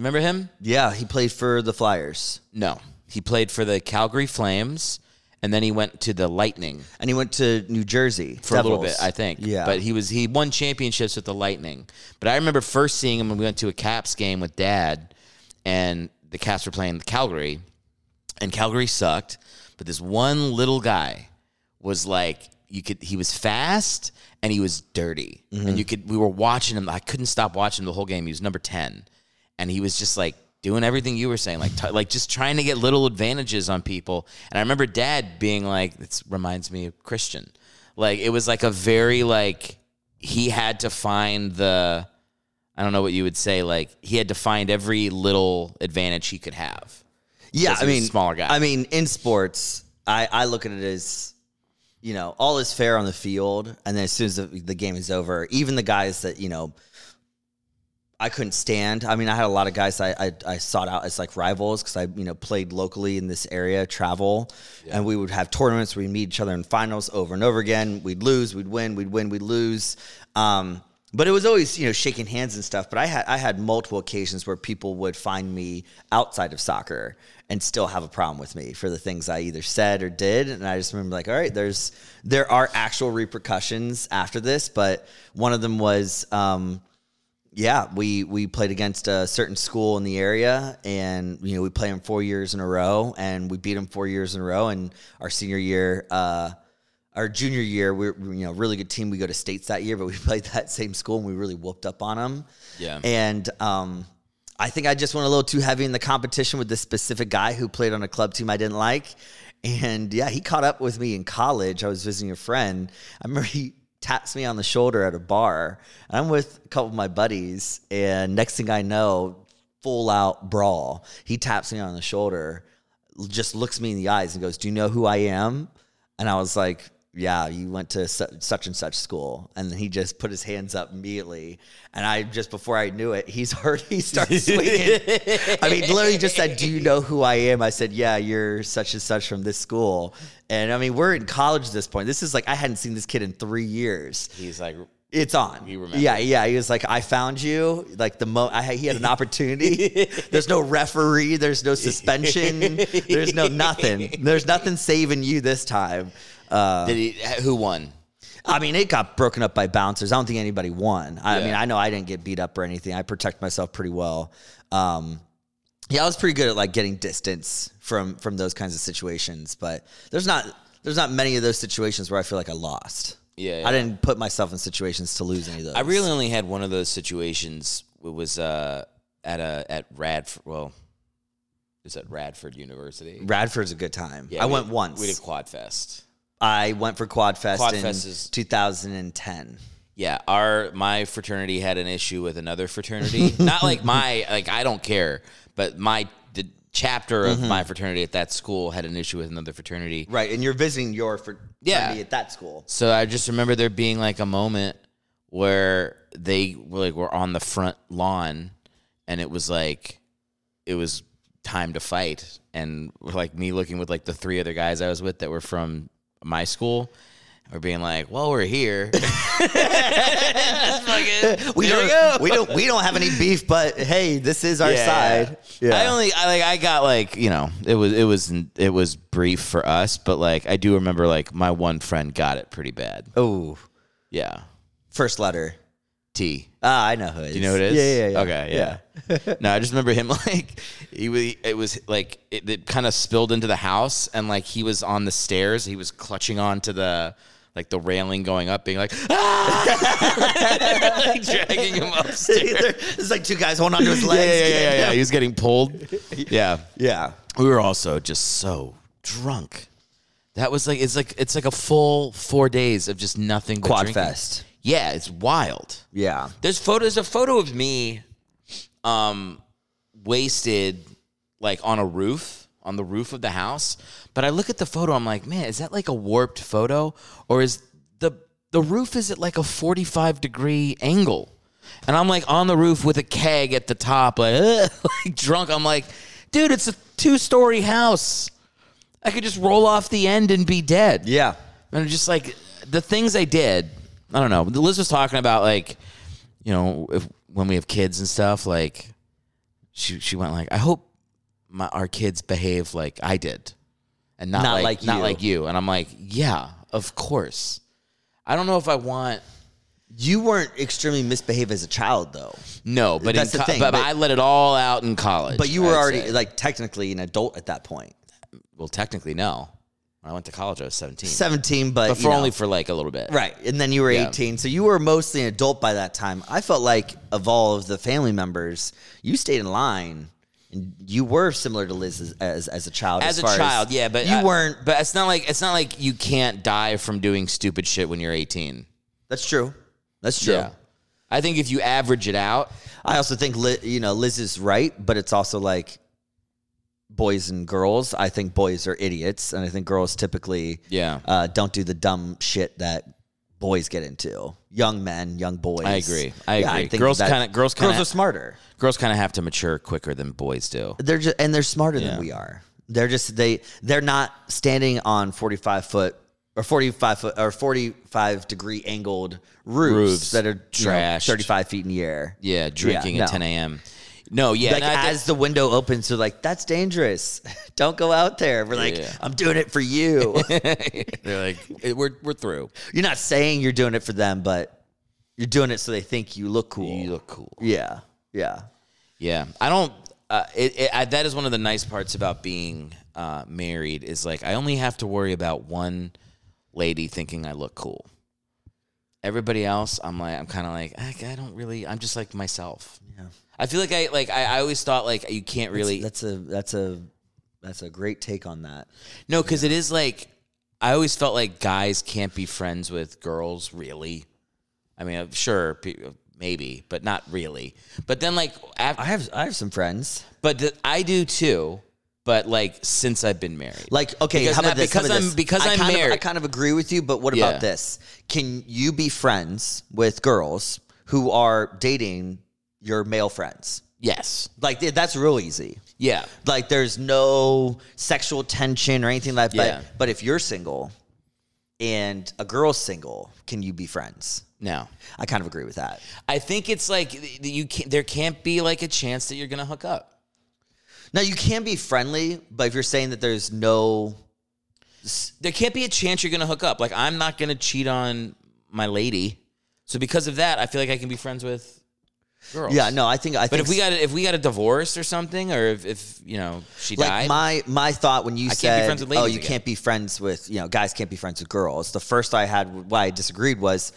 S2: remember him?
S3: Yeah, he played for the Flyers.
S2: No. He played for the Calgary Flames and then he went to the Lightning
S3: and he went to New Jersey
S2: for a little bit, I think.
S3: Yeah,
S2: But he was he won championships with the Lightning. But I remember first seeing him when we went to a Caps game with Dad, and the Caps were playing the Calgary, and Calgary sucked. But this one little guy was like, you could he was fast and he was dirty,
S3: Mm-hmm.
S2: and you could we were watching him. I couldn't stop watching him the whole game. He was number ten, and he was just like. Doing everything you were saying, like t- like just trying to get little advantages on people, and I remember Dad being like, "This reminds me of Christian." like it was like a very like he had to find the i don't know what you would say like he had to find every little advantage he could have
S3: yeah.
S2: because
S3: I
S2: he was
S3: mean,
S2: a smaller guy.
S3: I mean, in sports, I I look at it as you know all is fair on the field, and then as soon as the, the game is over, even the guys that you know. I couldn't stand. I mean, I had a lot of guys I I, I sought out as like rivals because I you know played locally in this area, travel, and we would have tournaments. We'd meet each other in finals over and over again. We'd lose, we'd win, we'd win, we'd lose. Um, but it was always you know shaking hands and stuff. But I had I had multiple occasions where people would find me outside of soccer and still have a problem with me for the things I either said or did. And I just remember like, all right, there's there are actual repercussions after this. But one of them was. Um, yeah, we we played against a certain school in the area, and you know we played them four years in a row, and we beat them four years in a row. And our senior year, uh, our junior year, we we're you know really good team. We go to states that year, but we played that same school, and we really whooped up on them.
S2: Yeah.
S3: and um, I think I just went a little too heavy in the competition with this specific guy who played on a club team I didn't like, and yeah, he caught up with me in college. I was visiting a friend. I remember he taps me on the shoulder at a bar. And I'm with a couple of my buddies, and next thing I know, full out brawl. He taps me on the shoulder, l- just looks me in the eyes and goes, "Do you know who I am?" And I was like, "Yeah, you went to su- such and such school." And then he just put his hands up immediately, and I just before I knew it, he's already started swinging. I mean, literally just said, "Do you know who I am?" I said, "Yeah, you're such and such from this school." And I mean, we're in college at this point. This is like I hadn't seen this kid in three years.
S2: he's like
S3: It's on.
S2: He remembers.
S3: Yeah, yeah. He was like, I found you. Like the mo, I, he had an opportunity. there's no referee. There's no suspension. there's no nothing. There's nothing saving you this time. Uh,
S2: Did he? Who won?
S3: I mean, it got broken up by bouncers. I don't think anybody won. I
S2: Yeah.
S3: mean, I know I didn't get beat up or anything. I protect myself pretty well. Um, yeah, I was pretty good at like getting distance from from those kinds of situations. But there's not there's not many of those situations where I feel like I lost.
S2: Yeah, yeah.
S3: I didn't put myself in situations to lose any of those.
S2: I really only had one of those situations. It was uh, at a at Radford. Well, it's at Radford University.
S3: Radford's a good time.
S2: Yeah,
S3: I
S2: we
S3: went
S2: did-
S3: once.
S2: We did Quad Fest.
S3: I went for Quad Fest
S2: Quad
S3: in
S2: Fest is-
S3: 2010.
S2: Yeah, our my fraternity had an issue with another fraternity. Not like my like I don't care, but my the chapter of my fraternity at that school had an issue with another fraternity.
S3: Right, and you're visiting your fraternity
S2: Yeah.
S3: at that school.
S2: So I just remember there being like a moment where they were like were on the front lawn and it was like it was time to fight and like me looking with like the three other guys I was with that were from my school or being like, "Well, we're here."
S3: we
S2: There
S3: don't,
S2: "Oh, we go.
S3: we don't we don't have any beef, but hey, this is our side.
S2: I only I like I got like you know it was it was it was brief for us, but like I do remember like my one friend got it pretty bad.
S3: oh,
S2: Yeah,
S3: first letter.
S2: T.
S3: Ah, I know who it is.
S2: Do you know what it is?
S3: Yeah, yeah, yeah.
S2: Okay, yeah. no, I just remember him like he was. It was like it, it kind of spilled into the house, and like he was on the stairs. He was clutching onto the like the railing going up, being like, ah! like dragging him upstairs.
S3: it's like two guys holding onto his
S2: Yeah,
S3: legs.
S2: yeah, yeah, yeah, yeah. He was getting pulled. Yeah.
S3: Yeah.
S2: we were also just so drunk. That was like it's like it's like a full four days of just nothing. But
S3: Quad
S2: drinking.
S3: fest.
S2: Yeah, it's wild.
S3: Yeah.
S2: There's photos. There's a photo of me, um, wasted, like on a roof, on the roof of the house. But I look at the photo. I'm like, man, is that like a warped photo, or is the the roof is at like a 45 degree angle? And I'm like on the roof with a keg at the top, like, like drunk. I'm like, dude, it's a two story house. I could just roll off the end and be dead.
S3: Yeah.
S2: And just like the things I did, I don't know. Liz was talking about like, you know, if, when we have kids and stuff, like she she went like, I hope my our kids behave like I did, and not,
S3: Not
S2: like,
S3: like
S2: not
S3: you.
S2: like you. And I'm like, yeah, of course. I don't know if I want
S3: You weren't extremely misbehaved as a child though.
S2: no, but
S3: That's
S2: in
S3: the
S2: co-
S3: thing,
S2: but,
S3: but-
S2: I let it all out in college.
S3: But you were
S2: I'd
S3: already
S2: say.
S3: like technically an adult at that point.
S2: well, technically no. When I went to college, I was 17,
S3: 17, but,
S2: but
S3: you
S2: for
S3: know.
S2: only for like a little bit,
S3: Right. And then you were
S2: Yeah.
S3: 18. So you were mostly an adult by that time. I felt like, of all of the family members, you stayed in line. And you were similar to Liz as, as, as a child.
S2: as, a
S3: far
S2: child, yeah, but
S3: you
S2: I-
S3: weren't.
S2: But it's not like it's not like you can't die from doing stupid shit when you're 18.
S3: That's true. That's true.
S2: I think if you average it out,
S3: I also think, Li- you know, Liz is right, but it's also like boys and girls. I think boys are idiots. And I think girls typically
S2: Yeah.
S3: uh, don't do the dumb shit that boys get into. Young men, young boys.
S2: I agree. I
S3: Yeah,
S2: agree.
S3: think
S2: girls
S3: that-
S2: kind of girls kind
S3: girls are
S2: of
S3: smarter.
S2: girls kind of have to mature quicker than boys do.
S3: they're just and they're smarter
S2: Yeah.
S3: than we are. They're just they they're not standing on forty five foot or forty five foot or forty five degree angled roofs,
S2: Roofs,
S3: that are
S2: trashed.
S3: thirty five feet in the air.
S2: Yeah, drinking
S3: no.
S2: at 10 a.m. No, yeah,
S3: Like
S2: no, I think-
S3: as the window opens, they're like, "That's dangerous. Don't go out there." We're like,
S2: Yeah.
S3: "I'm doing it for you."
S2: they're like we're we're through.
S3: you're not saying you're doing it for them, but you're doing it so they think you look cool.
S2: You look cool.
S3: yeah, yeah.
S2: Yeah, I don't. Uh, it, it, I, that is one of the nice parts about being uh, married is like I only have to worry about one lady thinking I look cool. Everybody else, I'm like, I'm kind of like, I, I don't really. I'm just like myself. Yeah. I feel like I like I, I always thought like you can't really
S3: That's a that's a that's a great take on that.
S2: no because it is like I always felt like guys can't be friends with girls really. I mean, I'm sure, pe- uh, maybe, but not really. But then like after,
S3: I have I have some friends.
S2: But th- I do too. But like since I've been married,
S3: Like, okay,
S2: Because
S3: how about
S2: not-
S3: this?
S2: because
S3: how about
S2: I'm-
S3: this?
S2: because
S3: I
S2: I'm
S3: kind Of, I
S2: married.
S3: kind of agree with you, but what
S2: Yeah.
S3: about this? Can you be friends with girls who are dating your male friends?
S2: yes,
S3: Like, th- that's real easy.
S2: yeah,
S3: Like, there's no sexual tension or anything like that.
S2: Yeah.
S3: But if you're single and a girl's single, can you be friends?
S2: No.
S3: I kind of agree with that.
S2: I think it's like th- you can't, there can't be like a chance that you're gonna hook up.
S3: Now you can be friendly, but if you're saying that there's no
S2: There can't be a chance you're gonna hook up. Like I'm not gonna cheat on my lady. So because of that, I feel like I can be friends with girls.
S3: Yeah, no, I think I
S2: But
S3: think
S2: if we got if we got a divorce or something, or if, if you know she
S3: like
S2: died,
S3: my my thought when you
S2: can't be
S3: said
S2: friends with
S3: oh
S2: ladies
S3: you
S2: again."
S3: can't be friends with you know guys can't be friends with girls the first i had why i disagreed was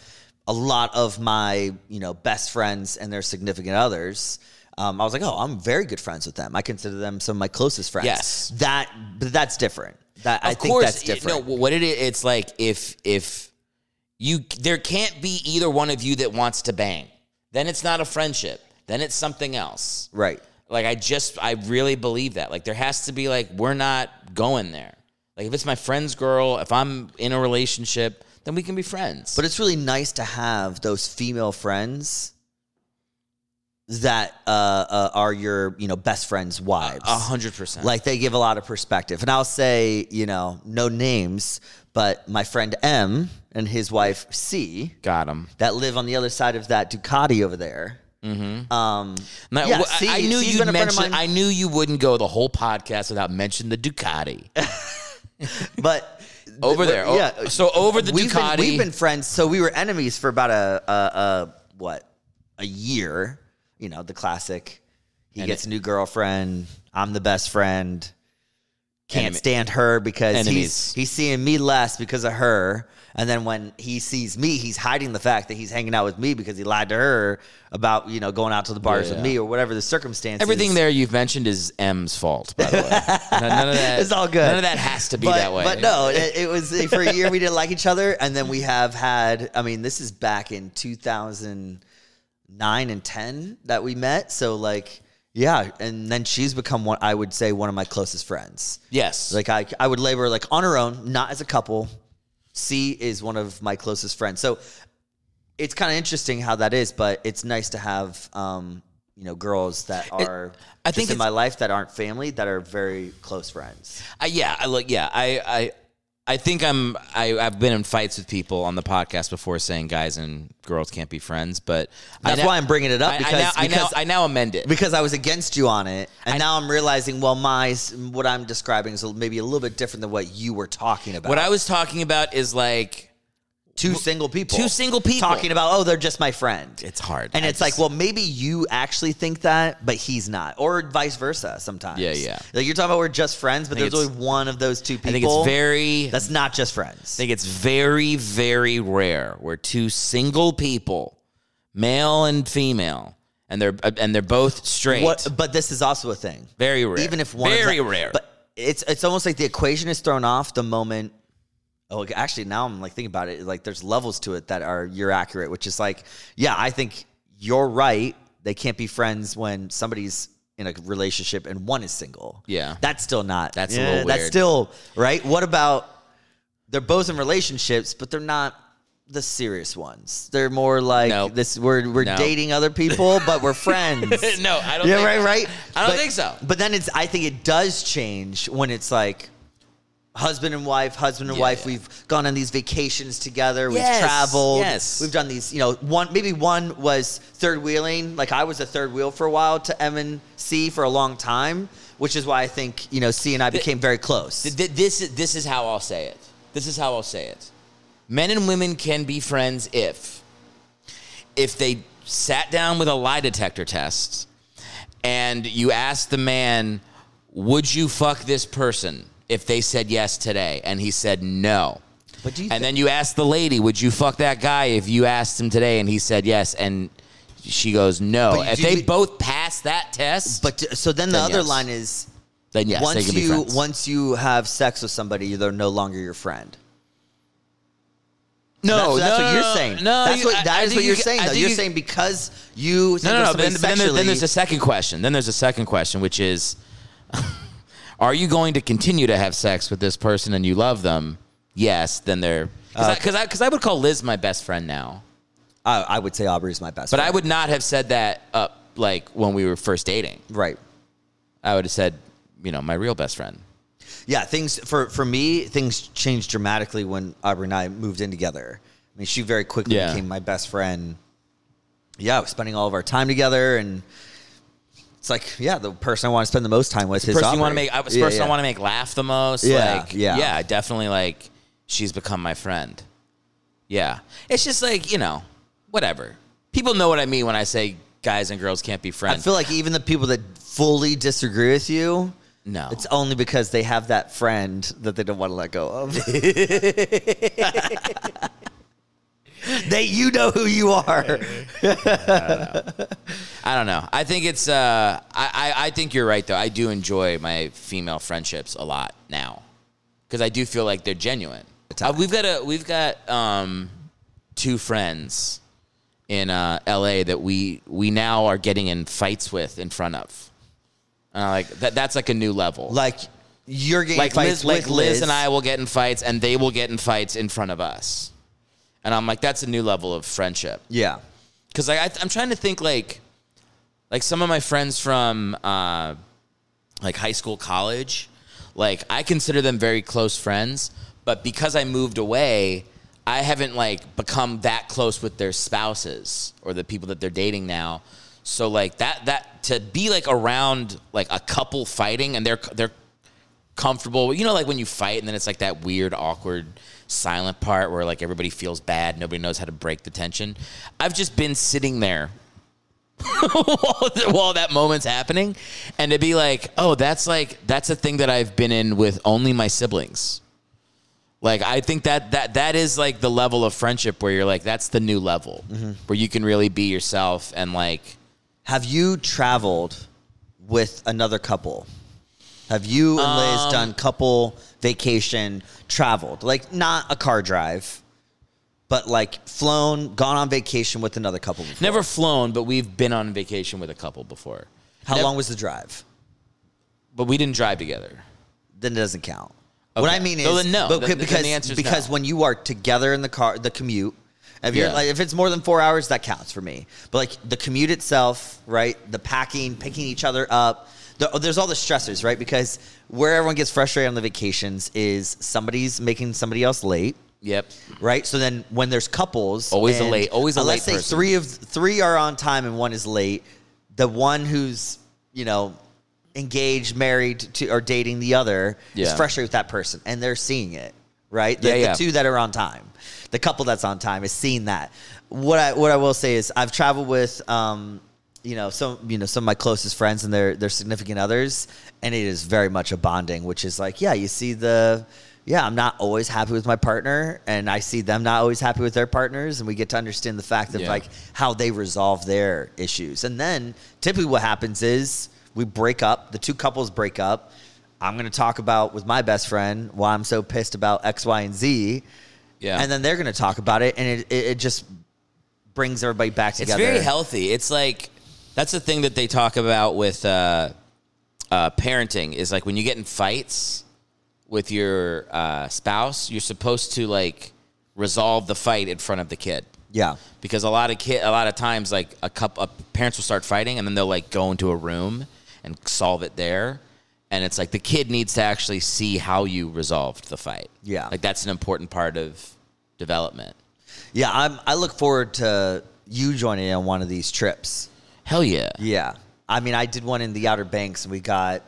S3: a lot of my you know best friends and their significant others um, i was like oh i'm very good friends with them i consider them some of my closest friends
S2: Yes.
S3: that but that's different that i
S2: of
S3: think
S2: course,
S3: that's
S2: it-
S3: different
S2: No, what it is, it's like if if you there can't be either one of you that wants to bang, then it's not a friendship. Then it's something else.
S3: right
S2: Like I just I really believe that. Like there has to be like we're not going there. Like if it's my friend's girl, if I'm in a relationship, then we can be friends.
S3: but it's really nice to have those female friends that uh, uh, are your you know best friends wives
S2: a hundred percent.
S3: like they give a lot of perspective and i'll say you know no names but my friend m and his wife c
S2: got him.
S3: that live on the other side of that ducati over there mm-hmm. um,
S2: My-
S3: Yeah,
S2: well,
S3: see,
S2: I, I knew
S3: see,
S2: you
S3: you've been a friend of
S2: mentioned.
S3: mine.
S2: I knew you wouldn't go the whole podcast without mentioning the Ducati
S3: but
S2: over there. Oh,
S3: yeah.
S2: So over the
S3: we've
S2: Ducati.
S3: been, we've been friends so we were enemies for about a, a, a what a year you know the classic he
S2: And
S3: gets a new girlfriend i'm the best friend can't
S2: Enemy-
S3: stand her because
S2: Enemies.
S3: he's he's seeing me less because of her. And then when he sees me, he's hiding the fact that he's hanging out with me because he lied to her about you know going out to the bars
S2: Yeah.
S3: with me or whatever the circumstances.
S2: Everything there you've mentioned is M's fault, by the way. None none of that.
S3: It's all good.
S2: None of that has to be
S3: but,
S2: that way.
S3: But no, it, it was eh, for a year we didn't like each other, and then we have had. I mean, this is back in two thousand nine and ten that we met. So like, yeah, and then she's become one. I would say one of my closest friends.
S2: Yes.
S3: Like I, I would labor like on her own, not as a couple. C is one of my closest friends, so it's kind of interesting how that is. But it's nice to have, um, you know, girls that are
S2: I
S3: I
S2: think
S3: think in
S2: it's-
S3: my life that aren't family that are very close friends.
S2: I, yeah, I look. Yeah, I, I, I think I'm. I, I've been in fights with people on the podcast before saying guys and girls can't be friends, but I
S3: That's
S2: now-
S3: why I'm bringing it
S2: I-
S3: up because
S2: I, now, I now
S3: because,
S2: I now amend it.
S3: because I was against you on it, and now I'm realizing well, my s- what I'm describing is maybe a little bit different than what you were talking about.
S2: What I was talking about is like
S3: two single people,
S2: two single people.
S3: talking about oh, they're just my friend.
S2: it's hard,
S3: And
S2: I
S3: it's
S2: just-
S3: like, well, maybe you actually think that, but he's not, or vice versa. Sometimes,
S2: Yeah, yeah.
S3: Like you're talking about we're just friends, but
S2: think
S3: there's only one of those two people.
S2: I think it's very.
S3: that's not just friends.
S2: I think it's very, very rare where two single people, male and female, and they're uh, and they're both straight.
S3: What, but this is also a thing.
S2: Very rare.
S3: Even if one, of
S2: very
S3: them-
S2: rare.
S3: But it's it's almost like the equation is thrown off the moment. Oh, like, actually, now I'm like thinking about it. Like there's levels to it that are you're accurate, which is like, yeah, I think you're right. They can't be friends when somebody's in a relationship and one is single.
S2: Yeah.
S3: that's still not.
S2: That's a
S3: yeah,
S2: little
S3: That's
S2: weird.
S3: still right. What about they're both in relationships, but they're not the serious ones. They're more like
S2: Nope.
S3: this. We're we're
S2: No.
S3: dating other people, but we're friends.
S2: no, I don't.
S3: Yeah,
S2: think,
S3: right, right.
S2: I don't
S3: But-
S2: think so.
S3: But then it's I think it does change when it's like husband and wife, husband and
S2: Yeah,
S3: wife.
S2: yeah.
S3: We've gone on these vacations together.
S2: Yes,
S3: we've traveled.
S2: yes.
S3: We've done these, you know, one maybe one was third wheeling. Like I was a third wheel for a while to M and C for a long time, which is why I think, you know, C and I became very close.
S2: Th- th- This is this is how I'll say it. This is how I'll say it. Men and women can be friends if if they sat down with a lie detector test and you asked the man, "Would you fuck this person?" If they said yes today and he said no.
S3: but do you
S2: And
S3: thi-
S2: then you ask the lady, "Would you fuck that guy if you asked him today?" and he said yes and she goes no.
S3: But
S2: If
S3: do
S2: they
S3: we-
S2: both pass that test,
S3: but d- so then the
S2: Then
S3: other
S2: yes.
S3: line is
S2: then yes, they
S3: once
S2: can be
S3: you
S2: friends.
S3: once you have sex with somebody, they're no longer your friend.
S2: No,
S3: that's, that's
S2: no,
S3: what
S2: no,
S3: you're
S2: no,
S3: saying.
S2: No,
S3: that's
S2: you- I-
S3: what, that
S2: I
S3: is
S2: think
S3: what
S2: you
S3: you're
S2: ca-
S3: saying.
S2: I
S3: Though.
S2: think
S3: You're
S2: you-
S3: saying because you think
S2: No, no,
S3: of
S2: no.
S3: somebody
S2: Then, then, there- then there's a
S3: sexually-
S2: second question. Then there's a second question, which is, are you going to continue to have sex with this person and you love them? Yes. Then they're
S3: Uh,
S2: because I because I, would call Liz my best friend now,
S3: I, I would say Aubrey's my best.
S2: but I
S3: friend.
S2: would not have said that up like when we were first dating.
S3: right.
S2: I would have said, you know, my real best friend.
S3: Yeah, things for for me things changed dramatically when Aubrey and I moved in together I mean, she very quickly
S2: Yeah.
S3: became my best friend. Yeah, we're spending all of our time together, and it's like, yeah, the person I want to spend the most time with is
S2: person you
S3: Aubrey.
S2: want to make I was
S3: Yeah,
S2: person
S3: yeah.
S2: I want to make laugh the most.
S3: Yeah,
S2: like,
S3: yeah.
S2: yeah, definitely. Like she's become my friend. Yeah, it's just like you know, whatever. People know what I mean when I say guys and girls can't be
S3: I
S2: friends.
S3: feel like even the people that fully disagree with you,
S2: no,
S3: it's only because they have that friend that they don't want to let go of. they, you know who you are.
S2: I don't know. I think it's. Uh, I, I I think you're right though. I do enjoy my female friendships a lot now, because I do feel like they're genuine. Uh, we've got a we've got um, two friends in uh, L.A. that we we now are getting in fights with in front of. And I like that. That's like a new level.
S3: Like you're getting
S2: like
S3: fights
S2: Liz, like
S3: with
S2: Liz and I will get in fights, and they will get in fights in front of us. And I'm like, that's a new level of friendship
S3: Yeah.
S2: because like I, I'm trying to think like like some of my friends from uh, like high school, college, like I consider them very close friends, but because I moved away, I haven't like become that close with their spouses or the people that they're dating now. So like that that to be like around like a couple fighting and they're they're comfortable. You know, like when you fight and then it's like that weird, awkward, silent part where like everybody feels bad, nobody knows how to break the tension. I've just been sitting there while, th- while that moment's happening, and to be like, oh, that's like that's a thing that I've been in with only my siblings. Like I think that that that is like the level of friendship where you're like that's the new level
S3: Mm-hmm.
S2: where you can really be yourself and like
S3: Have you traveled with another couple? Have you and Liz done couple vacation traveled? Like not a car drive, but like flown, gone on vacation with another couple. Before.
S2: never flown, but we've been on vacation with a couple before.
S3: How
S2: Nev-
S3: long was the drive?
S2: But we didn't drive together.
S3: Then it doesn't count. What
S2: Okay.
S3: I mean is,
S2: So then no,
S3: but
S2: then- then the
S3: because
S2: answer is
S3: because
S2: no.
S3: when you are together in the car, the commute. If you're
S2: Yeah.
S3: like, if it's more than four hours, that counts for me. But like the commute itself, right? The packing, picking each other up. The, oh, there's all the stressors, right? Because where everyone gets frustrated on the vacations is somebody's making somebody else late
S2: Yep.
S3: right? So then when there's couples,
S2: Always a
S3: and
S2: late- always a
S3: unless
S2: late
S3: say
S2: person.
S3: three of three are on time and one is late, the one who's you know engaged, married to or dating the other is
S2: Yeah.
S3: frustrated with that person, and they're seeing it, right? The,
S2: Yeah, yeah.
S3: the two that are on time, the couple that's on time is seeing that. What I what I will say is I've traveled with. Um, you know some you know some of my closest friends and their their significant others and it is very much a bonding which is like yeah you see the yeah i'm not always happy with my partner and i see them not always happy with their partners and we get to understand the fact of
S2: Yeah.
S3: like how they resolve their issues and then typically what happens is we break up the two couples break up i'm going to talk about with my best friend why i'm so pissed about x y and z
S2: Yeah.
S3: and then they're going to talk about it and it, it, it just brings everybody back
S2: it's
S3: together
S2: very healthy. It's like that's the thing that they talk about with uh, uh, parenting is like when you get in fights with your uh, spouse, you're supposed to like resolve the fight in front of the kid
S3: yeah
S2: because a lot of kid a lot of times like a couple uh, parents will start fighting and then they'll like go into a room and solve it there and it's like the kid needs to actually see how you resolved the fight
S3: Yeah.
S2: like that's an important part of development
S3: Yeah, I'm. I look forward to you joining on one of these trips.
S2: hell yeah
S3: Yeah, I mean, I did one in the Outer Banks, and we got,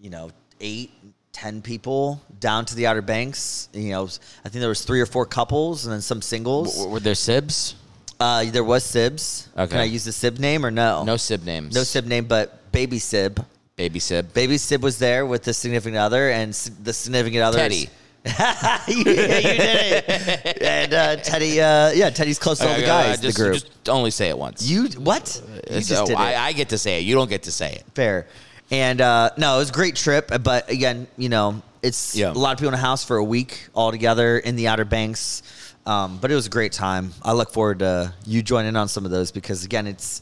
S3: you know, eight, ten people down to the Outer Banks. You know, I think there was three or four couples, and then some singles.
S2: W- were there sibs
S3: Uh, there was Sibs.
S2: Okay.
S3: Can I use the Sib name or no?
S2: No sib names.
S3: no Sib name, but Baby Sib.
S2: Baby sib.
S3: Baby Sib was there with the significant other, and s- the significant other.
S2: Teddy.
S3: you, you did it. And uh, Teddy, uh, yeah, Teddy's close to all the guys. in
S2: just,
S3: the group.
S2: just only say it once.
S3: You what? You
S2: It's-
S3: just
S2: oh,
S3: did it.
S2: I, I get to say it. You don't get to say it.
S3: Fair. And uh, no, it was a great trip. But again, you know, it's
S2: Yeah.
S3: a lot of people in a house for a week all together in the Outer Banks. Um, but it was a great time. I look forward to you joining on some of those because again, it's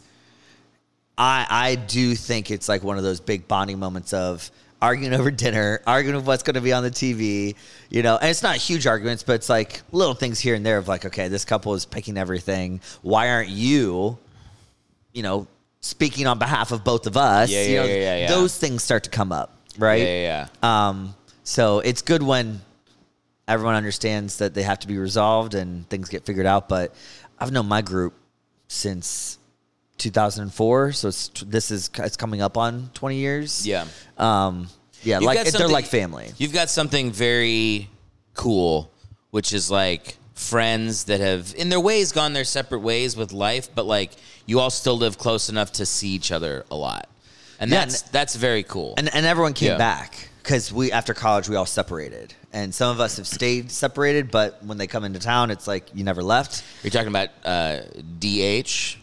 S3: I I do think it's like one of those big bonding moments of arguing over dinner, arguing over what's going to be on the TV, you know. And it's not huge arguments, but it's like little things here and there of like, okay, this couple is picking everything. Why aren't you, you know, speaking on behalf of both of us?
S2: Yeah,
S3: you
S2: yeah,
S3: know,
S2: yeah, yeah, yeah.
S3: Those things start to come up, right? Uh,
S2: Yeah, yeah, yeah.
S3: Um, so it's good when everyone understands that they have to be resolved and things get figured out. But I've known my group since 2004, so it's, this is it's coming up on 20 years.
S2: Yeah.
S3: um, yeah,
S2: You've
S3: like
S2: got
S3: they're
S2: something-
S3: like family.
S2: You've got something very cool, which is like friends that have, in their ways, gone their separate ways with life, but like you all still live close enough to see each other a lot, and
S3: Yeah,
S2: that's that's very cool.
S3: and and everyone came
S2: Yeah.
S3: back because we after college we all separated, and some of us have stayed separated. But when they come into town, it's like you never left.
S2: You're talking about uh, DH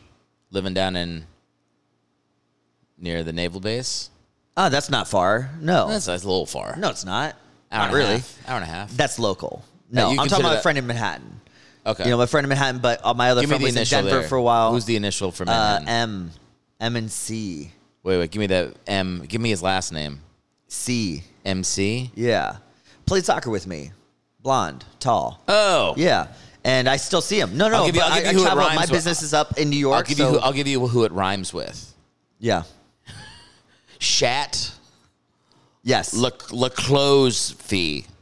S2: living down in near the naval base.
S3: Oh, that's not far. No,
S2: That's, that's a little far.
S3: no, it's not.
S2: hour
S3: not
S2: and a
S3: really.
S2: half, hour and a half.
S3: That's local. No,
S2: you
S3: I'm
S2: consider
S3: talking about
S2: that-
S3: a friend in Manhattan.
S2: okay.
S3: You know, my friend in Manhattan, but uh, my other
S2: give me
S3: friend
S2: the
S3: was in
S2: initial
S3: Denver
S2: there.
S3: for a while.
S2: Who's the initial for
S3: uh,
S2: Manhattan?
S3: M, M and C,
S2: wait, wait. Give me that M. Give me his last name.
S3: C.
S2: MC.
S3: Yeah, played soccer with me. Blonde, tall.
S2: Oh,
S3: Yeah, and I still see him. No, no,
S2: I'll give you-
S3: but
S2: I'll give
S3: I-
S2: you who it
S3: I travel. My
S2: rhymes with.
S3: business is up in New York.
S2: I'll give
S3: so-
S2: you. Who, I'll give you who it rhymes with.
S3: yeah.
S2: Shat.
S3: Yes.
S2: La, La Close fee.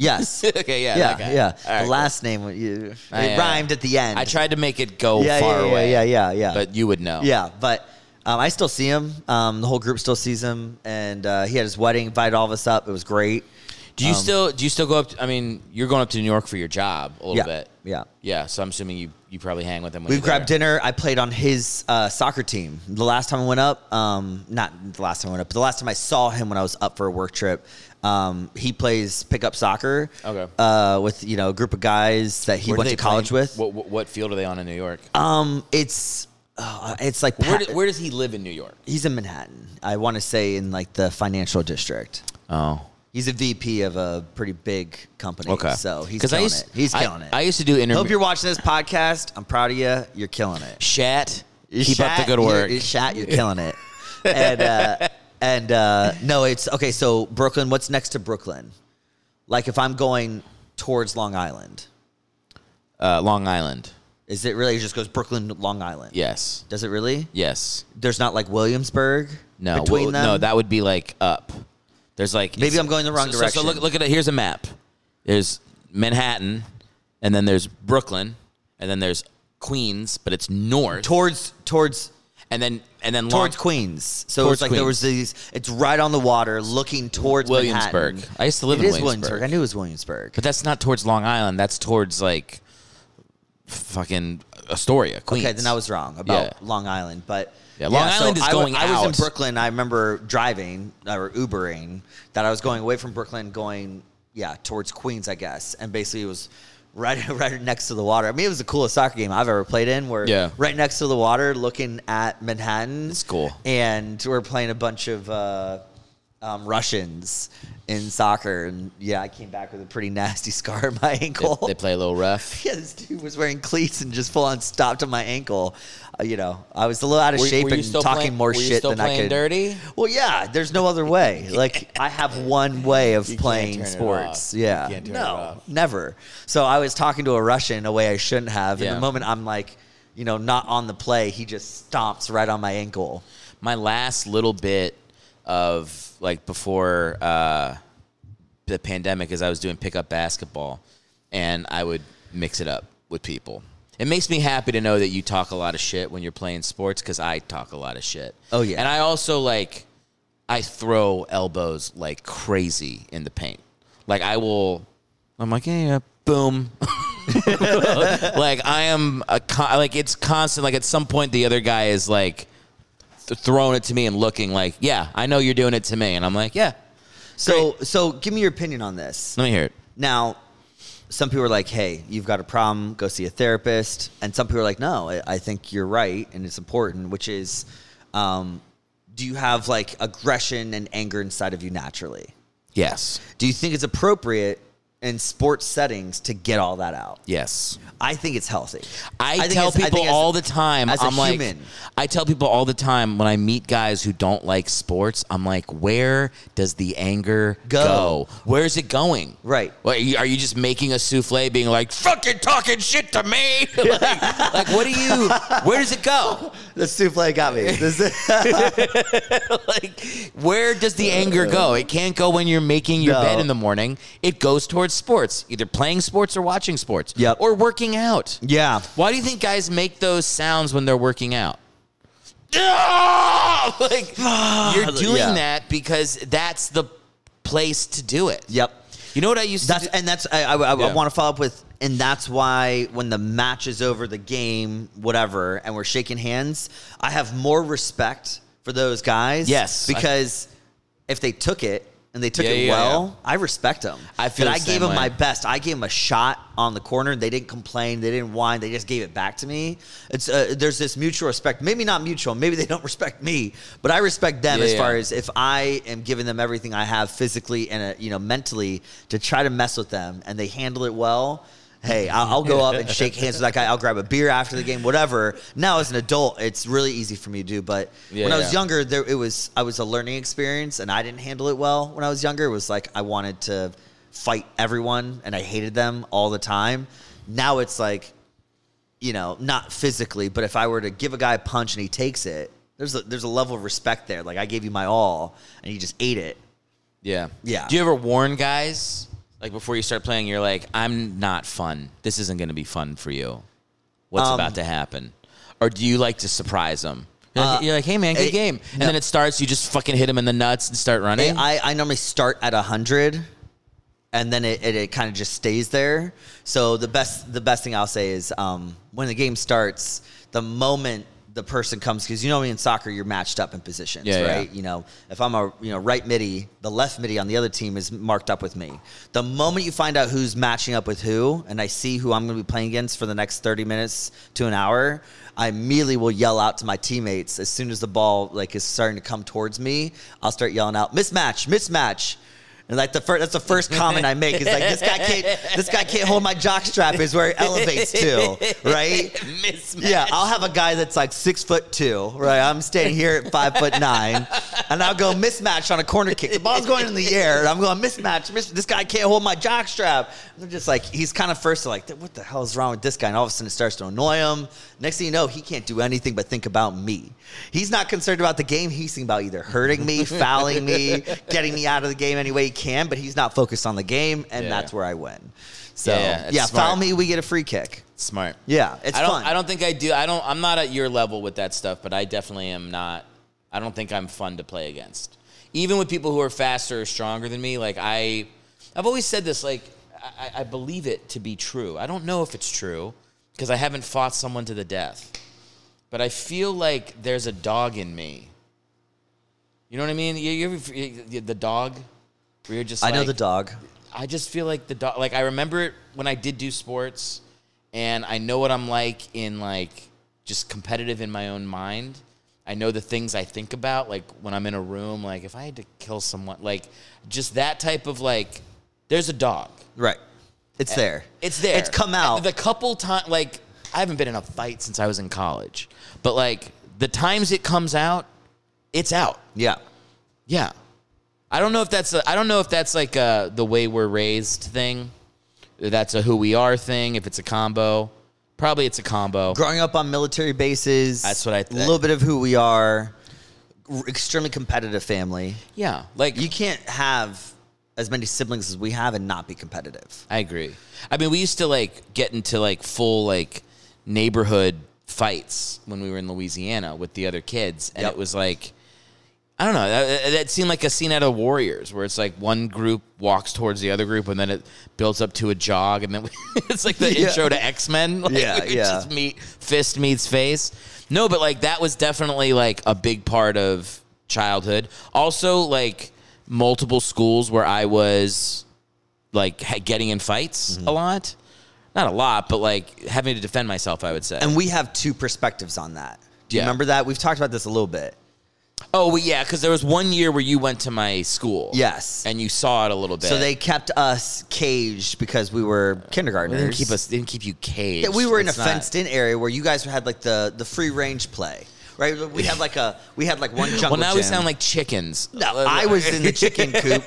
S3: Yes.
S2: okay. Yeah.
S3: yeah.
S2: that guy.
S3: Yeah.
S2: All right,
S3: the
S2: cool.
S3: last name wa- you, it
S2: yeah.
S3: rhymed at the end.
S2: I tried to make it go
S3: Yeah.
S2: far
S3: yeah, yeah,
S2: away.
S3: yeah. Yeah. Yeah.
S2: But you would know.
S3: yeah. But um, I still see him. Um, the whole group still sees him, and uh, he had his wedding. Invited all of us up. It was great.
S2: Do you still? Do you still go up? To, I mean, you're going up to New York for your job a little
S3: yeah.
S2: bit.
S3: Yeah.
S2: Yeah. So I'm assuming you you probably hang with them. When
S3: We've
S2: you're
S3: grabbed
S2: there.
S3: dinner. I played on his uh, soccer team. The last time I went up, um, not the last time I went up, but the last time I saw him when I was up for a work trip, um, he plays pickup soccer.
S2: Okay.
S3: Uh, with you know a group of guys that he
S2: Where do
S3: went
S2: they
S3: to college
S2: play?
S3: with.
S2: What, what what field are they on in New York?
S3: Um, it's uh, it's like
S2: Where,
S3: pa-
S2: do, where does he live in New York?
S3: he's in Manhattan. I want to say in like the financial district.
S2: Oh,
S3: He's a VP of a pretty big company.
S2: okay.
S3: so he's
S2: 'Cause I
S3: killing
S2: used-
S3: it. He's
S2: I-
S3: killing it.
S2: I used to do interviews.
S3: Hope you're watching this podcast. I'm proud of you. You're killing it.
S2: Shat. Keep up
S3: Shat,
S2: the good work.
S3: You're, Shat, you're killing it. and uh, and uh, no, it's okay. So Brooklyn. What's next to Brooklyn? Like if I'm going towards Long Island,
S2: Uh, Long Island.
S3: is it really it just goes Brooklyn Long Island?
S2: Yes.
S3: Does it really?
S2: Yes.
S3: There's not like Williamsburg.
S2: No.
S3: Between
S2: well,
S3: them.
S2: No, that would be like up. There's like
S3: Maybe I'm going the wrong
S2: so, so-
S3: direction.
S2: So, look look at it. Here's a map. There's Manhattan, and then there's Brooklyn, and then there's Queens, but it's north.
S3: towards towards
S2: and then and then
S3: towards
S2: Long-
S3: Queens. So
S2: Towards
S3: it's like there was these. It's right on the water, looking towards
S2: Williamsburg.
S3: Manhattan.
S2: I used to live
S3: It
S2: in
S3: is
S2: Williamsburg.
S3: I knew it was Williamsburg.
S2: But that's not towards Long Island. That's towards like fucking Astoria, Queens.
S3: okay, then I was wrong about
S2: Yeah.
S3: Long Island, but.
S2: Yeah, Long Island is
S3: I wa-
S2: going
S3: I was
S2: out.
S3: in Brooklyn. I remember driving or Ubering that I was going away from Brooklyn, going yeah towards Queens, I guess, and basically it was right right next to the water. I mean, it was the coolest soccer game I've ever played in. Where
S2: Yeah.
S3: right next to the water, looking at Manhattan.
S2: It's cool.
S3: And we're playing a bunch of uh, um, Russians in soccer, and yeah, I came back with a pretty nasty scar on my ankle.
S2: They, they play a little rough.
S3: Yeah, this dude was wearing cleats and just full on stopped on my ankle. Uh, you know, I was a little out of
S2: Were-
S3: shape
S2: were you
S3: and
S2: still
S3: talking
S2: playing-
S3: more
S2: were you
S3: shit
S2: still
S3: than I
S2: playing
S3: could.
S2: dirty?
S3: Well, yeah, there's no other way. Like I have one way of playing
S2: turn it
S3: sports.
S2: off. You
S3: Yeah,
S2: can't turn it off.
S3: no, never. So I was talking to a Russian in a way I shouldn't have. In
S2: Yeah.
S3: the moment, I'm like, you know, not on the play. He just stomps right on my ankle.
S2: my last little bit of like before uh, the pandemic is I was doing pickup basketball and I would mix it up with people. It makes me happy to know that you talk a lot of shit when you're playing sports because I talk a lot of shit.
S3: Oh, yeah.
S2: And I also like, I throw elbows like crazy in the paint. Like I will, I'm like, yeah, yeah boom. like I am a con- like it's constant. Like at some point, the other guy is like th- throwing it to me and looking like, yeah, I know you're doing it to me, and I'm like, yeah,
S3: So, so give me your opinion on this.
S2: let me hear it.
S3: Now, some people are like, hey, you've got a problem, go see a therapist. And some people are like, no, I, I think you're right and it's important, which is um, do you have like aggression and anger inside of you naturally?
S2: Yes,
S3: Do you think it's appropriate in sports settings to get all that out?
S2: yes.
S3: I think it's healthy.
S2: I,
S3: think
S2: tell
S3: it's- I think
S2: people
S3: it's-
S2: all the time.
S3: as a
S2: I'm like,
S3: human.
S2: I tell people all the time when I meet guys who don't like sports. I'm like, where does the anger
S3: Go.
S2: go? Where is it going?
S3: Right.
S2: What, are you- are you just making a souffle, being like, fucking talking shit to me? like, like, what do you? Where does it go?
S3: This two play got me. This is,
S2: like, where does the anger go? It can't go when you're making your
S3: No.
S2: bed in the morning. It goes towards sports, either playing sports or watching sports,
S3: Yep.
S2: or working out.
S3: yeah.
S2: Why do you think guys make those sounds when they're working out? Ah! like you're doing
S3: Yeah.
S2: that because that's the place to do it.
S3: Yep.
S2: You know what I used
S3: That's
S2: to do?
S3: and that's I, I, I
S2: Yeah.
S3: want to follow up with, and that's why when the match is over, the game, whatever, and we're shaking hands, I have more respect for those guys.
S2: Yes.
S3: because if they took it and they took
S2: Yeah,
S3: it
S2: yeah,
S3: well, I respect them.
S2: I feel
S3: that
S2: the
S3: I
S2: same
S3: gave them
S2: way.
S3: my best. I gave them a shot on the corner. They didn't complain. They didn't whine. They just gave it back to me. It's uh, there's this mutual respect. Maybe not mutual. Maybe they don't respect me, but I respect them
S2: Yeah,
S3: as
S2: yeah.
S3: far as is if I am giving them everything I have physically and uh, you know mentally to try to mess with them, and they handle it well. Hey, I'll, I'll go up and shake hands with that guy. I'll grab a beer after the game, whatever. Now as an adult, it's really easy for me to do. But
S2: Yeah,
S3: when I was
S2: yeah.
S3: younger, there it was. I was a learning experience, and I didn't handle it well when I was younger. It was like I wanted to fight everyone, and I hated them all the time. Now it's like you know, not physically, but if I were to give a guy a punch and he takes it, there's a, there's a level of respect there. Like I gave you my all, and you just ate it.
S2: yeah.
S3: Yeah.
S2: Do you ever warn guys like before you start playing you're like I'm not fun. This isn't going to be fun for you. What's
S3: Um,
S2: about to happen? Or do you like to surprise them? You're like,
S3: Uh,
S2: you're like, "Hey man, good
S3: it-
S2: game." And
S3: no. Eh,
S2: then it starts you just fucking hit him in the nuts and start running.
S3: I, I normally start at hundred, and then it, it, it kind of just stays there. So the best the best thing I'll say is um, when the game starts, the moment the person comes because you know in soccer you're matched up in positions,
S2: Yeah, yeah.
S3: right? You know, if I'm a you know right midi, the left midi on the other team is marked up with me. The moment you find out who's matching up with who, and I see who I'm going to be playing against for the next 30 minutes to an hour, I immediately will yell out to my teammates as soon as the ball like is starting to come towards me. I'll start yelling out mismatch, mismatch. And like the first, that's the first comment I make is like this guy can't, this guy can't hold my jock strap is where it elevates to, right?
S2: Mismatch.
S3: Yeah, I'll have a guy that's like six foot two, right? I'm standing here at five foot nine, and I'll go mismatch on a corner kick. The ball's going in the air, and I'm going mismatch. Mis- this guy can't hold my jock strap. And they're just like, he's kind of first, like, what the hell is wrong with this guy? And all of a sudden, it starts to annoy him. Next thing you know, he can't do anything but think about me. He's not concerned about the game. He's thinking about either hurting me, fouling me, getting me out of the game any way he can, but he's not focused on the game, and
S2: Yeah.
S3: that's where I win. So,
S2: Yeah,
S3: yeah,
S2: that's
S3: foul
S2: smart.
S3: me, we get a free kick.
S2: Smart.
S3: Yeah, it's
S2: I don't.
S3: fun.
S2: I don't think I do. I don't. I'm not at your level with that stuff, but I definitely am not. I don't think I'm fun to play against, even with people who are faster or stronger than me. Like I, I've always said this. Like I, I believe it to be true. I don't know if it's true because I haven't fought someone to the death, but I feel like there's a dog in me. You know what I mean? You, you ever, you- the dog. Where you're just
S3: I know
S2: like-
S3: the dog.
S2: I just feel like the dog. Like I remember it when I did do sports, and I know what I'm like in like just competitive in my own mind. I know the things I think about, like when I'm in a room, like if I had to kill someone, like just that type of like. There's a dog.
S3: Right. It's there.
S2: Eh, It's there.
S3: It's come out.
S2: The couple times, like I haven't been in a fight since I was in college, but like the times it comes out, it's out.
S3: yeah.
S2: Yeah. I don't know if that's a, I don't know if that's like uh the way we're raised thing. That's a who we are thing. If it's a combo, probably it's a combo.
S3: Growing up on military bases.
S2: That's what I
S3: A
S2: think.
S3: little bit of who we are. R- Extremely competitive family.
S2: Yeah, like
S3: You can't have as many siblings as we have and not be competitive.
S2: I agree. I mean, we used to like get into like full like neighborhood fights when we were in Louisiana with the other kids, and
S3: Yep.
S2: it was like. I don't know. That, that seemed like a scene out of Warriors, where it's like one group walks towards the other group, and then it builds up to a jog, and then we, it's like the
S3: Yeah.
S2: intro to X Men. Like,
S3: Yeah,
S2: it's
S3: yeah.
S2: Just meet fist meets face. No, but like that was definitely like a big part of childhood. Also, like multiple schools where I was like ha- getting in fights
S3: Mm-hmm.
S2: a lot. Not a lot, but like having to defend myself, I would say.
S3: And we have two perspectives on that. Do you
S2: Yeah.
S3: remember that? We've talked about this a little bit.
S2: oh, well, yeah, because there was one year where you went to my school.
S3: Yes.
S2: And you saw it a little bit.
S3: So they kept us caged because we were kindergartners.
S2: They didn't keep us. They didn't keep you caged.
S3: Yeah, we were in a
S2: It's not-
S3: fenced in area where you guys had like the the free range play. right? But We had like a we had like one jungle.
S2: Well, now we
S3: gym.
S2: sound like chickens.
S3: No, I was in the chicken coop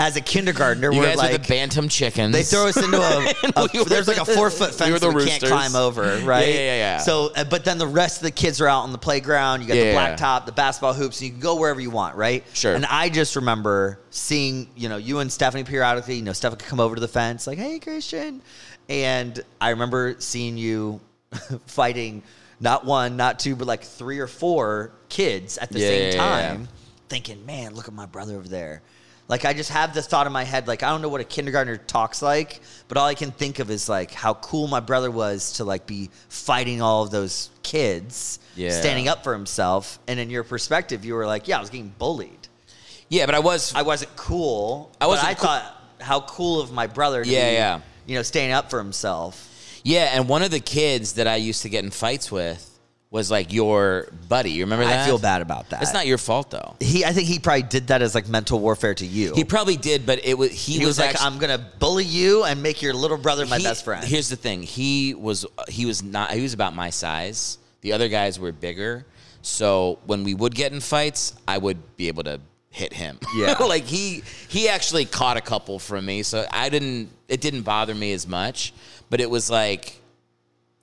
S3: as a kindergartner.
S2: You
S3: where
S2: guys
S3: like
S2: are the bantam chickens.
S3: They throw us into a, a-
S2: We were
S3: there's like a
S2: the-
S3: four foot
S2: we
S3: fence
S2: were the
S3: that we can't
S2: roosters.
S3: climb over, right?
S2: yeah, yeah, yeah.
S3: So, uh, but then the rest of the kids are out on the playground. You got
S2: Yeah,
S3: the
S2: yeah.
S3: blacktop, the basketball hoops, and you can go wherever you want, right?
S2: Sure.
S3: And I just remember seeing, you know, you and Stephanie periodically. You know, Stephanie could come over to the fence, like, "Hey, Christian," and I remember seeing you fighting not one, not two, but like three or four kids at the
S2: Yeah,
S3: same
S2: yeah, yeah.
S3: time thinking, man, look at my brother over there. Like I just have this thought in my head, like I don't know what a kindergartner talks like, but all I can think of is like how cool my brother was to like be fighting all of those kids,
S2: Yeah.
S3: standing up for himself. And in your perspective, you were like, yeah, I was getting bullied.
S2: yeah, but I was.
S3: I wasn't cool.
S2: I
S3: I
S2: wasn't
S3: But I
S2: cool-
S3: thought how cool of my brother. To
S2: Yeah,
S3: be,
S2: yeah.
S3: You know, standing up for himself.
S2: yeah, and one of the kids that I used to get in fights with was like your buddy. You remember that?
S3: I feel bad about that.
S2: It's not your fault though.
S3: He, I think he probably did that as like mental warfare to you.
S2: He probably did, but it was he,
S3: He was, like,
S2: actu-
S3: I'm gonna bully you and make your little brother my
S2: he-
S3: best friend.
S2: Here's the thing: he was he was not he was about my size. The other guys were bigger, so when we would get in fights, I would be able to hit him.
S3: Yeah.
S2: like he he actually caught a couple from me, so I didn't. It didn't bother me as much, but it was like.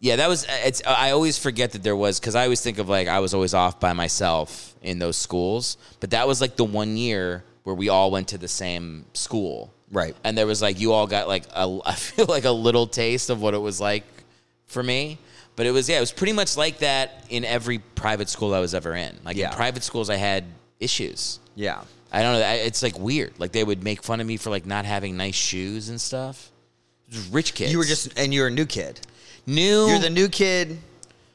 S2: Yeah, that was. It's. I always forget that there was because I always think of like I was always off by myself in those schools. But that was like the one year where we all went to the same school,
S3: Right.
S2: And there was like you all got like a. I feel like a little taste of what it was like for me. But it was yeah, it was pretty much like that in every private school I was ever in. Like
S3: Yeah.
S2: in private schools, I had issues.
S3: Yeah.
S2: I don't know. I- It's like weird. Like they would make fun of me for like not having nice shoes and stuff. Just Rich kids.
S3: You were just, and you were a new kid.
S2: new.
S3: You're the new kid.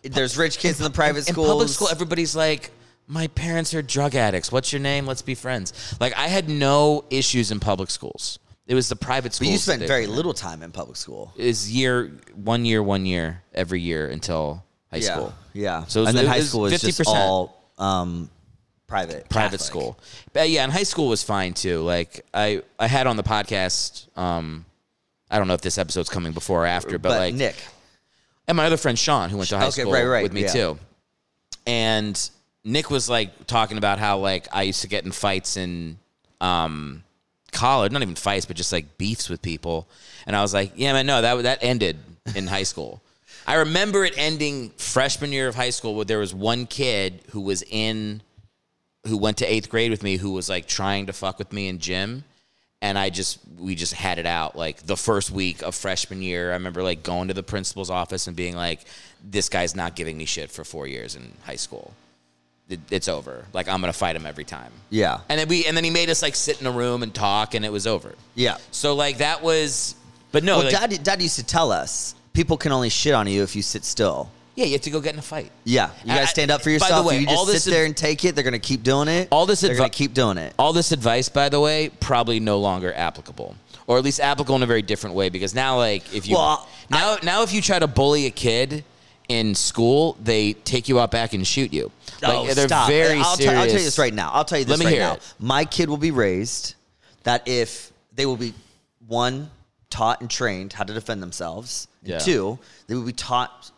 S3: There's rich kids in the private
S2: in
S3: schools.
S2: public school, everybody's like, "My parents are drug addicts. What's your name? Let's be friends." Like I had no issues in public schools. It was the private schools.
S3: but you
S2: that
S3: spent
S2: they-
S3: very little time in public school.
S2: Is year one year one year every year until high
S3: yeah.
S2: school.
S3: Yeah.
S2: So it was-
S3: and then
S2: it
S3: high
S2: was
S3: school is just
S2: 50%.
S3: all um, private.
S2: private
S3: Catholic.
S2: school. But yeah, and high school was fine too. Like I, I had on the podcast. Um, I don't know if this episode's coming before or after, but,
S3: But
S2: like
S3: Nick,
S2: and my other friend Sean, who went to high
S3: Okay,
S2: school
S3: right, right,
S2: with me
S3: yeah.
S2: too. And Nick was like talking about how like I used to get in fights in um college, not even fights, but just like beefs with people. And I was like, yeah, man, no, that that ended in high school. I remember it ending freshman year of high school where there was one kid who was in who went to eighth grade with me who was like trying to fuck with me in gym and i just we just had it out like the first week of freshman year i remember like going to the principal's office and being like this guy's not giving me shit for four years in high school It- it's over like i'm gonna fight him every time
S3: Yeah.
S2: and then we and then he made us like sit in a room and talk and it was over
S3: Yeah.
S2: so like that was but no
S3: Well,
S2: Oh, like-
S3: dad, dad used to tell us people can only shit on you if you sit still.
S2: yeah you have to go get in a fight
S3: Yeah, you
S2: I-
S3: gotta stand up for
S2: by the
S3: yourself.
S2: way,
S3: if you just
S2: all
S3: sit
S2: this is-
S3: there and take it, they're gonna keep doing it.
S2: All this
S3: they're gonna
S2: advi-
S3: keep doing it.
S2: All this advice, by the way, probably no longer applicable, or at least applicable in a very different way. Because now, like, if you
S3: Well,
S2: now now if you try to bully a kid in school, they take you out back and shoot you. Like, they're very
S3: Oh, I'll, tell-
S2: serious.
S3: I'll tell you this right now. I'll tell you this
S2: Let me
S3: right
S2: hear
S3: now.
S2: it.
S3: My kid will be raised that if they will be one taught and trained how to defend themselves, and
S2: Yeah.
S3: two they will be taught.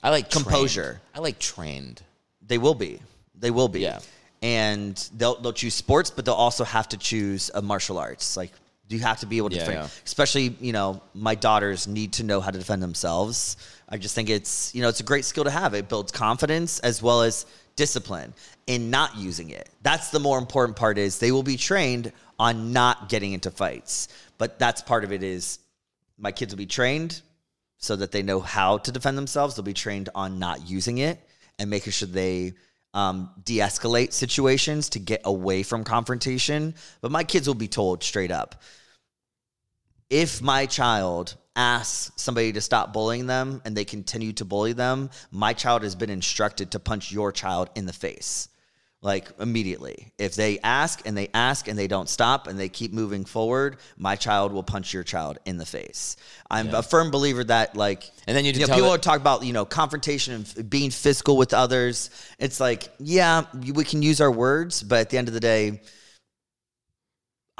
S2: I like trained.
S3: Composure.
S2: I like trained.
S3: They will be. They will be.
S2: Yeah.
S3: And they'll they'll choose sports, but they'll also have to choose a martial arts. Like you have to be able to
S2: Yeah,
S3: defend,
S2: yeah.
S3: especially you know my daughters need to know how to defend themselves. I just think it's you know it's a great skill to have. It builds confidence as well as discipline in not using it. That's the more important part is they will be trained on not getting into fights. But that's part of it is my kids will be trained so that they know how to defend themselves. They'll be trained on not using it and making sure they um, de escalate situations to get away from confrontation. But my kids will be told straight up if my child asks somebody to stop bullying them and they continue to bully them, my child has been instructed to punch your child in the face. Like immediately. If they ask and they ask and they don't stop and they keep moving forward, my child will punch your child in the face. I'm a firm believer that, like,
S2: And then you
S3: know,
S2: tell
S3: people
S2: that-
S3: would talk about you know confrontation and f- being physical with others. It's like, yeah, you- we can use our words, but at the end of the day,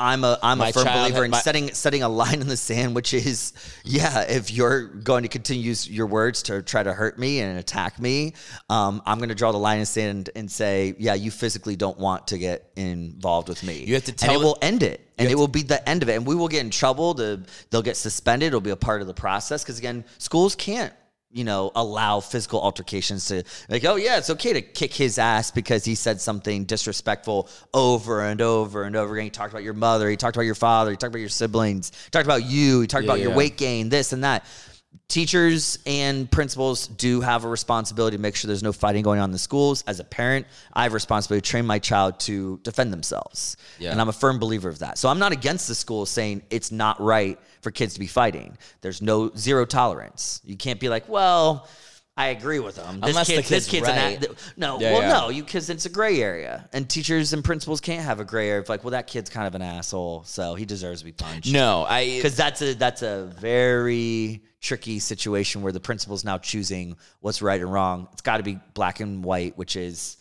S3: I'm a I'm
S2: My
S3: a firm
S2: childhood-
S3: believer in
S2: my-
S3: setting setting a line in the sand, which is yeah, if you're going to continue use your words to try to hurt me and attack me, um, I'm going to draw the line in the sand and say yeah, you physically don't want to get involved with me.
S2: You have to
S3: and
S2: tell-
S3: it will end it, and it will be the end of it, and we will get in trouble. The, they'll get suspended. It'll be a part of the process because again, schools can't. You know, allow physical altercations to like, oh yeah, it's okay to kick his ass because he said something disrespectful over and over and over again. He talked about your mother, he talked about your father, he talked about your siblings, he talked about you, he talked about
S2: yeah.
S3: your weight gain, this and that. Teachers and principals do have a responsibility to make sure there's no fighting going on in the schools. As a parent, I have a responsibility to train my child to defend themselves.
S2: Yeah.
S3: And I'm a firm believer of that. So I'm not against the school saying it's not right for kids to be fighting. There's no zero tolerance. You can't be like, well, I agree with them. This
S2: Unless the
S3: kid- this
S2: kid's
S3: kid's an
S2: right.
S3: a- th- no,
S2: Yeah,
S3: well,
S2: yeah.
S3: no, you because it's a gray area, and teachers and principals can't have a gray area of like, well, that kid's kind of an asshole, so he deserves to be punched.
S2: No, I
S3: because that's a that's a very tricky situation where the principal's now choosing what's right and wrong. It's got to be black and white, which is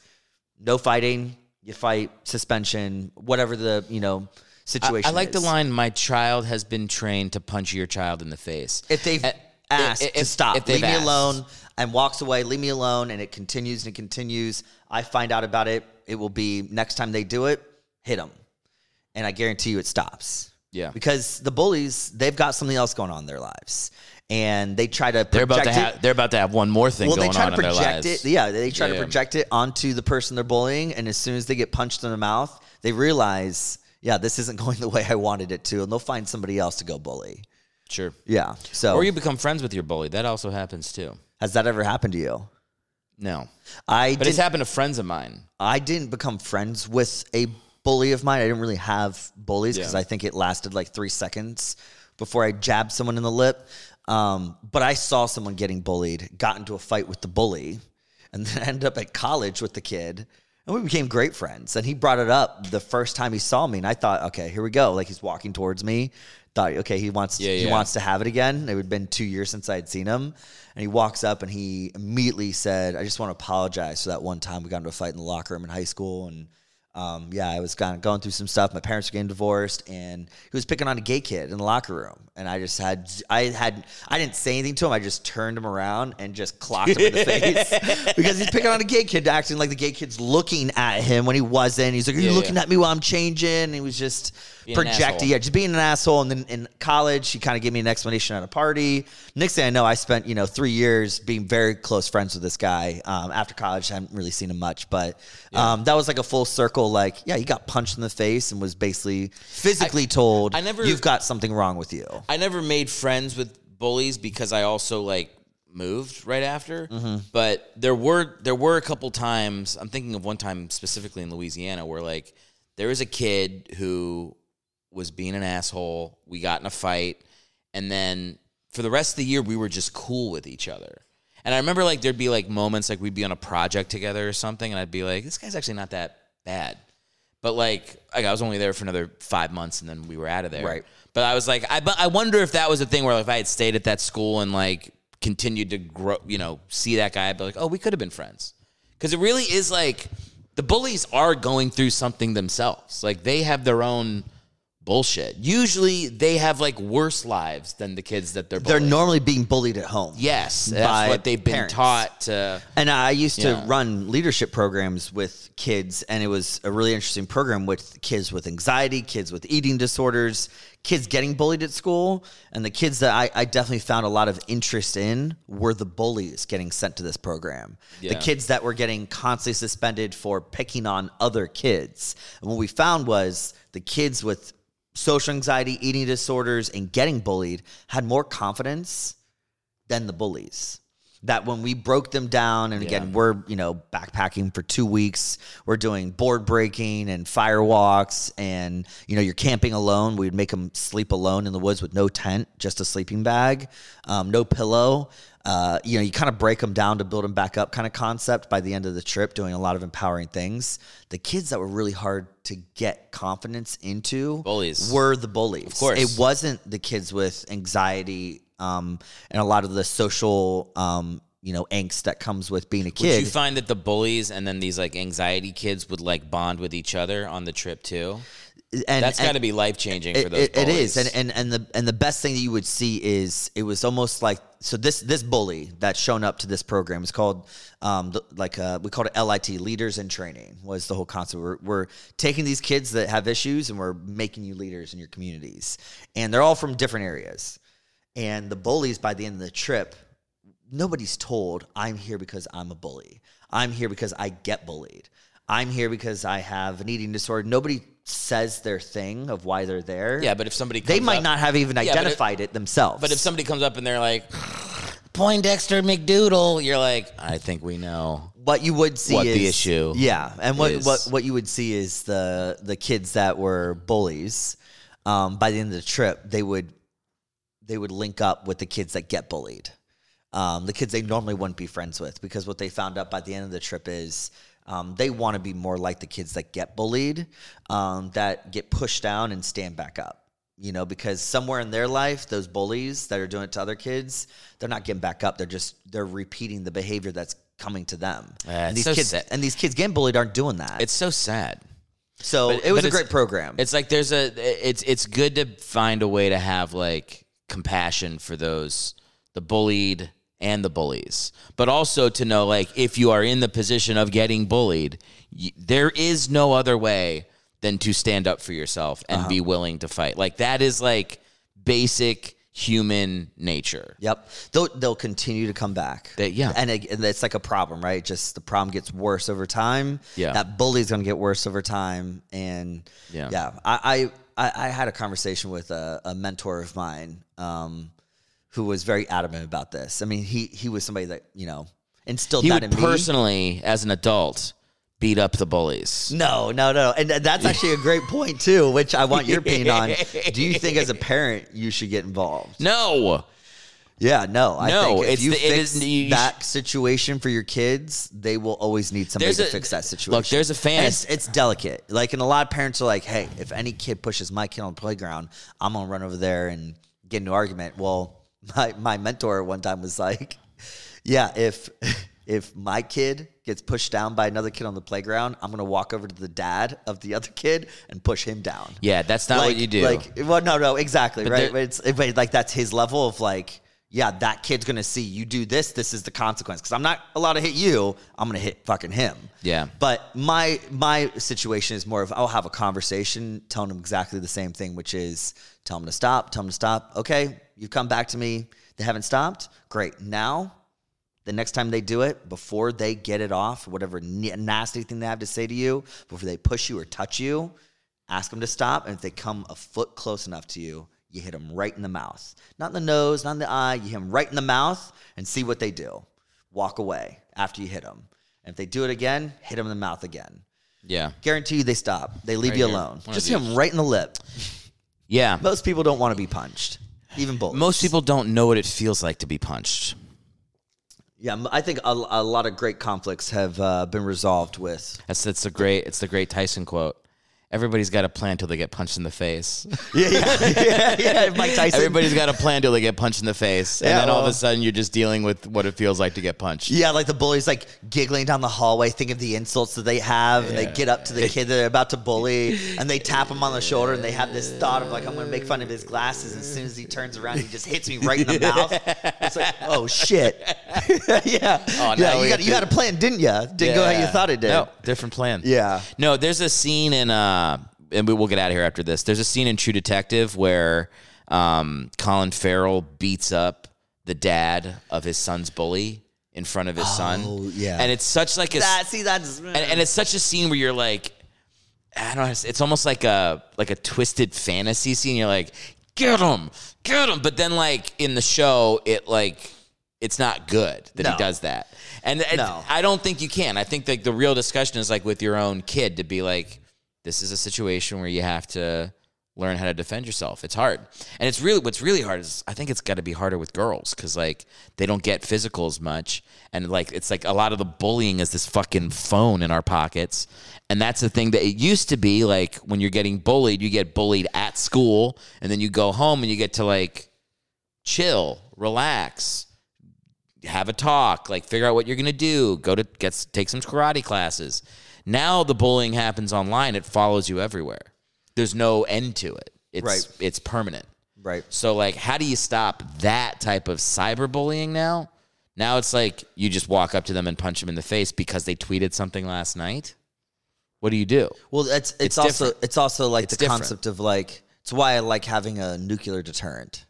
S3: no fighting, you fight, suspension, whatever the you know
S2: I,
S3: situation.
S2: I like the
S3: is.
S2: line. My child has been trained to punch your child in the face.
S3: if they've
S2: A-
S3: asked
S2: if-
S3: to stop,
S2: if they've
S3: leave me
S2: asked.
S3: alone, and walks away, leave me alone, and it continues and continues. I find out about it. It will be next time they do it, hit them, and I guarantee you it stops.
S2: Yeah.
S3: because the bullies they've got something else going on in their lives, and they try to project
S2: they're about to
S3: it.
S2: have they're about to have one more thing
S3: well,
S2: going
S3: they try
S2: on
S3: to
S2: in their
S3: project
S2: lives.
S3: it. Yeah, they try
S2: Yeah.
S3: to project it onto the person they're bullying, and as soon as they get punched in the mouth, they realize, yeah, this isn't going the way I wanted it to, and they'll find somebody else to go bully.
S2: Sure.
S3: Yeah. So,
S2: Or you become friends with your bully. That also happens too.
S3: has that ever happened to you?
S2: No.
S3: I
S2: But it's
S3: didn't,
S2: happened to friends of mine.
S3: I didn't become friends with a bully of mine. I didn't really have bullies because
S2: Yeah.
S3: I think it lasted like three seconds before I jabbed someone in the lip. Um, but I saw someone getting bullied, got into a fight with the bully, and then ended up at college with the kid. And we became great friends. And he brought it up the first time he saw me, and I thought, okay, here we go. Like he's walking towards me. Thought, okay, he wants
S2: Yeah,
S3: he
S2: yeah.
S3: wants to have it again. It had been two years since I had seen him. And he walks up and he immediately said, I just want to apologize for that one time we got into a fight in the locker room in high school. And um, yeah, I was kind of going through some stuff. My parents were getting divorced and he was picking on a gay kid in the locker room. And I just had, I had, I didn't say anything to him. I just turned him around and just clocked him in the face because he's picking on a gay kid, acting like the gay kid's looking at him when he wasn't. He's like, Are you
S2: Yeah,
S3: looking
S2: yeah.
S3: at me while I'm changing? And he was just
S2: Being an asshole.
S3: projecting. Yeah, just being an asshole. And then in college, she kind of gave me an explanation at a party. Next thing I know, I spent you know three years being very close friends with this guy. Um, after college, I haven't really seen him much, but um, that was like a full circle. Like, yeah, he got punched in the face and was basically physically told,
S2: I never-
S3: you've got something wrong with you."
S2: I never made friends with bullies because I also like moved right after. But there were there were a couple times. I'm thinking of one time specifically in Louisiana where like there was a kid who was being an asshole. We got in a fight, and then for the rest of the year we were just cool with each other. And I remember like there'd be like moments like we'd be on a project together or something, and I'd be like, "This guy's actually not that bad." But like, like I was only there for another five months, and then we were out of there.
S3: Right.
S2: But I was like, I but I wonder if that was a thing where like, if I had stayed at that school and like continued to grow, you know, see that guy, I'd be like, oh, we could have been friends, because it really is like the bullies are going through something themselves. Like they have their own bullshit. Usually, they have like worse lives than the kids that they're.
S3: They're
S2: bullying.
S3: normally being bullied at home.
S2: Yes, that's
S3: by
S2: what they've been
S3: parents.
S2: taught to.
S3: And I used
S2: Yeah.
S3: to run leadership programs with kids, and it was a really interesting program with kids with anxiety, kids with eating disorders, kids getting bullied at school. And the kids that I, I definitely found a lot of interest in were the bullies getting sent to this program.
S2: Yeah.
S3: The kids that were getting constantly suspended for picking on other kids. And what we found was the kids with social anxiety, eating disorders, and getting bullied had more confidence than the bullies. That when we broke them down, and again, we're you know backpacking for two weeks, we're doing board breaking and fire walks, and you know you're camping alone. We'd make them sleep alone in the woods with no tent, just a sleeping bag, um, no pillow. Uh, you know, you kind of break them down to build them back up, kind of concept. By the end of the trip, doing a lot of empowering things. The kids that were really hard to get confidence into
S2: Bullies.
S3: were the bullies. Of
S2: course.
S3: it wasn't the kids with anxiety um, and a lot of the social, um, you know, angst that comes with being a
S2: Did
S3: kid.
S2: you find that the bullies and then these like anxiety kids would like bond with each other on the trip too?
S3: and
S2: That's
S3: and-
S2: got to be life changing for
S3: it,
S2: those.
S3: it- it is, and,
S2: bullies.
S3: and and the and the best thing that you would see is it was almost like so this this bully that's shown up to this program is called um the, like uh, we called it LIT leaders in training was the whole concept we're, we're taking these kids that have issues and we're making you leaders in your communities and they're all from different areas and the bullies by the end of the trip nobody's told I'm here because I'm a bully. I'm here because I get bullied. I'm here because I have an eating disorder. Nobody says their thing of why they're there.
S2: yeah, but if somebody
S3: they
S2: comes
S3: might
S2: up-
S3: not have even
S2: Yeah, but it-
S3: identified it, themselves.
S2: But if somebody comes up and they're like Poindexter McDoodle, you're like, I think we know.
S3: what you would see
S2: What the
S3: is
S2: issue
S3: Yeah, and what,
S2: is.
S3: what what you would see is the the kids that were bullies. Um, by the end of the trip, they would they would link up with the kids that get bullied, um, the kids they normally wouldn't be friends with, because what they found out by the end of the trip is. Um, they want to be more like the kids that get bullied, um, that get pushed down and stand back up. You know, because somewhere in their life, those bullies that are doing it to other kids, they're not getting back up. They're just they're repeating the behavior that's coming to them.
S2: Yeah, it's
S3: and these
S2: so
S3: kids
S2: sad.
S3: and these kids getting bullied aren't doing that.
S2: It's so sad.
S3: so
S2: but-
S3: it was
S2: but
S3: a
S2: it's-
S3: great program.
S2: It's like there's a it's it's good to find a way to have like compassion for those the bullied and the bullies. But also to know like if you are in the position of getting bullied, y there is no other way than to stand up for yourself and
S3: Uh-huh.
S2: be willing to fight. Like that is like basic human nature.
S3: Yep. They'll they'll continue to come back.
S2: They- yeah.
S3: And, it, and it's like a problem, right? Just the problem gets worse over time.
S2: Yeah.
S3: That bully's gonna get worse over time, and
S2: Yeah.
S3: I I, I, I had a conversation with a, a mentor of mine, um, who was very adamant about this. I mean, he he was somebody that you know instilled
S2: He
S3: that
S2: would
S3: in me.
S2: personally as an adult beat up the bullies.
S3: No, no, no. And th- that's actually a great point too, which I want your opinion on. Do you think as a parent you should get involved?
S2: No.
S3: Yeah, no. I
S2: No,
S3: think if
S2: it's
S3: you
S2: the- it
S3: fix
S2: is- you-
S3: that situation for your kids, they will always need somebody
S2: There's
S3: to
S2: a-
S3: fix that situation.
S2: look, there's a
S3: And It's,
S2: fantasy.
S3: it's delicate. Like, and a lot of parents are like, "Hey, if any kid pushes my kid on the playground, I'm gonna run over there and get into an argument." Well, my my mentor one time was like, "Yeah, if if my kid gets pushed down by another kid on the playground, I'm gonna walk over to the dad of the other kid and push him down."
S2: Yeah, that's not what you do.
S3: Like, well, no, no, exactly,
S2: But
S3: right?
S2: there-
S3: But it's but like that's his level of like, yeah, that kid's gonna see you do this. This is the consequence because I'm not allowed to hit you. I'm gonna hit fucking him.
S2: Yeah.
S3: But my my situation is more of I'll have a conversation, telling him exactly the same thing, which is tell him to stop, tell him to stop. Okay, you've come back to me. They haven't stopped. Great. Now the next time they do it, before they get it off, whatever n- nasty thing they have to say to you, before they push you or touch you, ask them to stop. And if they come a foot close enough to you, you hit them right in the mouth. Not in the nose, not in the eye. You hit them right in the mouth and see what they do. Walk away after you hit them. And if they do it again, hit them in the mouth again.
S2: yeah.
S3: Guarantee you they stop. They leave
S2: Right
S3: you
S2: here.
S3: alone.
S2: One of
S3: Just hit
S2: these.
S3: them right in the lip.
S2: Yeah.
S3: Most people don't want to be punched, even bullies.
S2: Most people don't know what it feels like to be punched.
S3: Yeah, m- I think a, a lot of great conflicts have uh, been resolved with
S2: That's that's the great it's the great Tyson quote. Everybody's got a plan till they get punched in the face.
S3: yeah, yeah, yeah, yeah. Mike Tyson.
S2: Everybody's got a plan till they get punched in the face, and
S3: Yeah,
S2: then all of
S3: well-
S2: a sudden you're just dealing with what it feels like to get punched.
S3: yeah, like the bullies, like giggling down the hallway, think of the insults that they have, and they get up to the kid that they're about to bully, and they tap him on the shoulder, and they have this thought of like, I'm gonna make fun of his glasses. and As soon as he turns around, he just hits me right in the mouth. It's like, oh shit. yeah,
S2: Oh, now
S3: yeah.
S2: we
S3: You got you
S2: do-
S3: had a plan, didn't you? Didn't go how you
S2: Yeah.
S3: thought it did.
S2: No, different plan.
S3: Yeah.
S2: No, there's a scene in uh, and we will get out of here after this. There's a scene in True Detective where um, Colin Farrell beats up the dad of his son's bully in front of his
S3: Oh,
S2: son.
S3: yeah.
S2: and it's such like a
S3: That see that's
S2: and, and it's such a scene where you're like, I don't know. It's, it's almost like a like a twisted fantasy scene. You're like, get him, get him. But then like in the show, it like it's not good that he
S3: No.
S2: does that. And, and
S3: No.
S2: I don't think you can. I think like the real discussion is like with your own kid to be like, this is a situation where you have to learn how to defend yourself. It's hard, and it's really what's really hard is I think it's got to be harder with girls because like they don't get physical as much, and like it's like a lot of the bullying is this fucking phone in our pockets, and that's the thing that it used to be like when you're getting bullied, you get bullied at school, and then you go home and you get to like chill, relax, have a talk, like figure out what you're gonna do, go to get s- take some karate classes. Now the bullying happens online; it follows you everywhere. there's no end to it. It's
S3: Right.
S2: it's permanent.
S3: Right.
S2: So like how do you stop that type of cyberbullying now? Now it's like you just walk up to them and punch them in the face because they tweeted something last night. What do you do?
S3: Well, it's it's,
S2: It's
S3: also
S2: different.
S3: it's also like
S2: It's
S3: the
S2: different.
S3: concept of like it's why I like having a nuclear deterrent,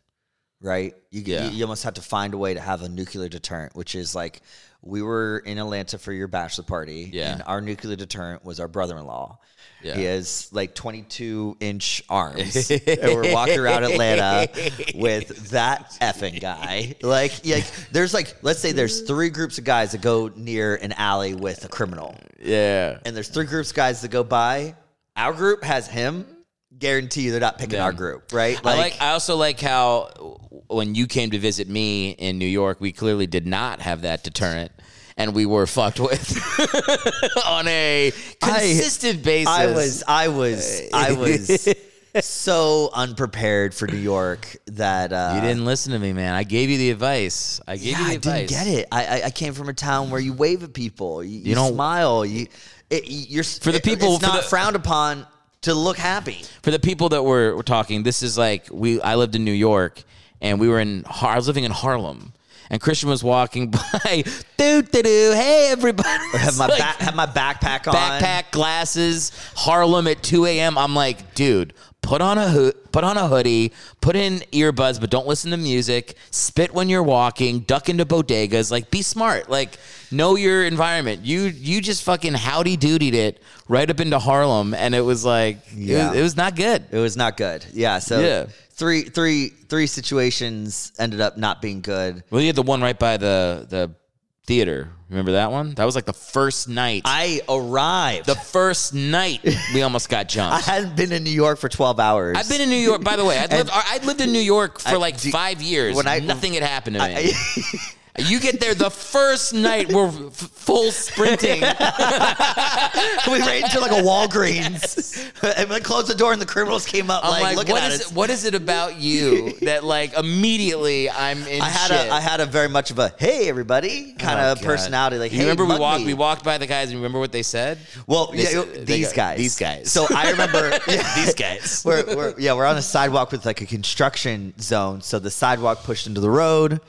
S3: right? You, g-
S2: Yeah.
S3: you almost have to find a way to have a nuclear deterrent, which is like we were in Atlanta for your bachelor party,
S2: Yeah.
S3: and our nuclear deterrent was our brother-in-law.
S2: Yeah.
S3: He has like 22 inch arms. and we're walking around Atlanta with that effing guy. Like, like, there's like, let's say there's three groups of guys that go near an alley with a criminal
S2: Yeah.
S3: and there's three groups guys that go by. Our group has him. Guarantee you they're not picking
S2: Them.
S3: our group, right?
S2: I like I also like how w- when you came to visit me in New York, we clearly did not have that deterrent and we were fucked with on a
S3: I-
S2: consistent basis.
S3: I was, I was, I was so unprepared for New York that uh,
S2: You didn't listen to me, man. I gave you the advice. I gave
S3: Yeah,
S2: you the
S3: I
S2: advice.
S3: didn't get it. I, I, I came from a town where you wave at people, you, you,
S2: don't-
S3: smile, you, it, you're for
S2: the people-
S3: It's
S2: for
S3: not
S2: the-
S3: frowned upon to look happy.
S2: For the people that were, were talking, this is like we. I lived in New York, and we were in. Har- I was living in Harlem, and Christian was walking by. Doo doo doo. Hey everybody.
S3: Have my
S2: Like,
S3: back, have my backpack on.
S2: backpack, glasses, Harlem at 2 a.m. I'm like, dude, put on a ho- put on a hoodie, put in earbuds, but don't listen to music. Spit when you're walking, duck into bodegas. Like, be smart. Like, know your environment. You you just fucking howdy doodied it right up into Harlem, and it was like, it,
S3: Yeah.
S2: was, it was not good.
S3: It was not good. Yeah. So
S2: Yeah.
S3: three three three situations ended up not being good.
S2: Well, you had the one right by the the theater. Remember that one? That was like the first night.
S3: I arrived.
S2: the first night we almost got
S3: I
S2: jumped.
S3: hadn't been in New York for twelve hours.
S2: I've been in New York. By the way, I lived. I lived in New York for
S3: I-
S2: like
S3: do-
S2: five years.
S3: when I-
S2: nothing had happened to me.
S3: I-
S2: you get there the first night. We're f- full sprinting.
S3: we ran into like a Walgreens and we closed the door and the criminals came up
S2: I'm
S3: like,
S2: like,
S3: looking
S2: what
S3: at
S2: is
S3: us.
S2: it, what is it about you that like immediately I'm in
S3: I had
S2: shit?
S3: a I had a very much of a hey everybody kind
S2: Oh,
S3: of
S2: God.
S3: personality. Like
S2: you
S3: hey,
S2: remember we
S3: bug
S2: walked
S3: me.
S2: we walked by the guys and remember what they said?
S3: Well,
S2: They
S3: yeah,
S2: said- they
S3: these
S2: go,
S3: guys.
S2: "These guys."
S3: So I remember
S2: These guys.
S3: we're, we're yeah we're on a sidewalk with like a construction zone so the sidewalk pushed into the road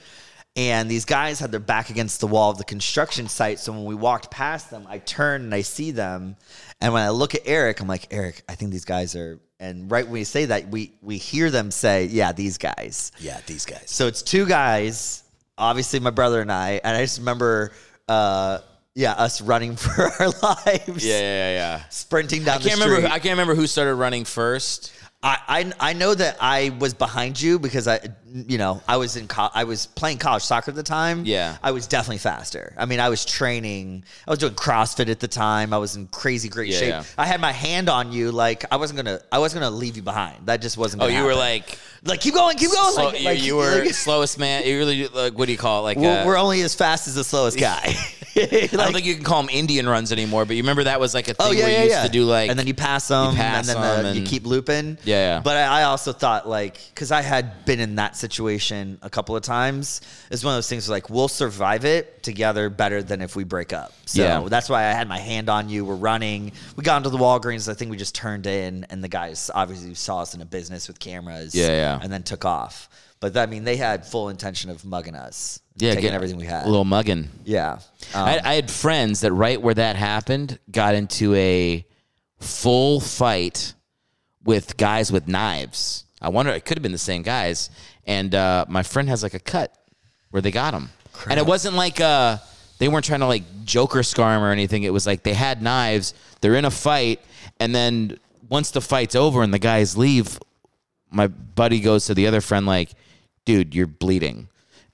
S3: and these guys had their back against the wall of the construction site so when we walked past them i turn and i see them and when i look at eric i'm like eric i think these guys are and right when we say that we we hear them say yeah these guys
S2: Yeah, these guys.
S3: so it's two guys, obviously my brother and I, and I just remember, uh, yeah, us running for our lives,
S2: Yeah, yeah, yeah.
S3: sprinting down
S2: I
S3: the
S2: can't
S3: street.
S2: remember. I can't remember who started running first.
S3: I, I I know that I was behind you because I, you know, I was in co- I was playing college soccer at the time.
S2: Yeah.
S3: I was definitely faster. I mean, I was training. I was doing CrossFit at the time. I was in crazy great
S2: Yeah,
S3: shape.
S2: yeah.
S3: I had my hand on you, like I wasn't gonna I wasn't gonna leave you behind. That just wasn't.
S2: Oh,
S3: Gonna
S2: you were
S3: happen.
S2: like,
S3: like keep going, keep going.
S2: slow,
S3: like,
S2: you,
S3: like-
S2: you were
S3: like-
S2: slowest man. You really like what do you call it? Like
S3: we're,
S2: uh,
S3: we're only as fast as the slowest guy.
S2: I
S3: Like-
S2: don't think you can call them Indian runs anymore, but you remember that was like a thing
S3: Oh yeah,
S2: where you
S3: yeah,
S2: used
S3: yeah.
S2: to do like.
S3: and then you pass them,
S2: pass
S3: and then the,
S2: them
S3: you
S2: and-
S3: keep looping.
S2: Yeah, yeah.
S3: But I, I also thought like because I had been in that situation a couple of times. It's one of those things where, like we'll survive it together better than if we break up. So
S2: Yeah.
S3: that's why I had my hand on you. We're running. We got into the Walgreens. I think we just turned in, and the guys obviously saw us in a business with cameras.
S2: Yeah, yeah.
S3: And then took off. But I mean, they had full intention of mugging us.
S2: yeah,
S3: taking
S2: get-
S3: everything we had.
S2: A little mugging.
S3: yeah. Um,
S2: I, I had friends that right where that happened got into a full fight with guys with knives. I wonder it could have been the same guys. And uh, my friend has like a cut where they got him, and it wasn't like uh, they weren't trying to like Joker scar him or anything. It was like they had knives. They're in a fight, and then once the fight's over and the guys leave, my buddy goes to the other friend like, "Dude, you're bleeding,"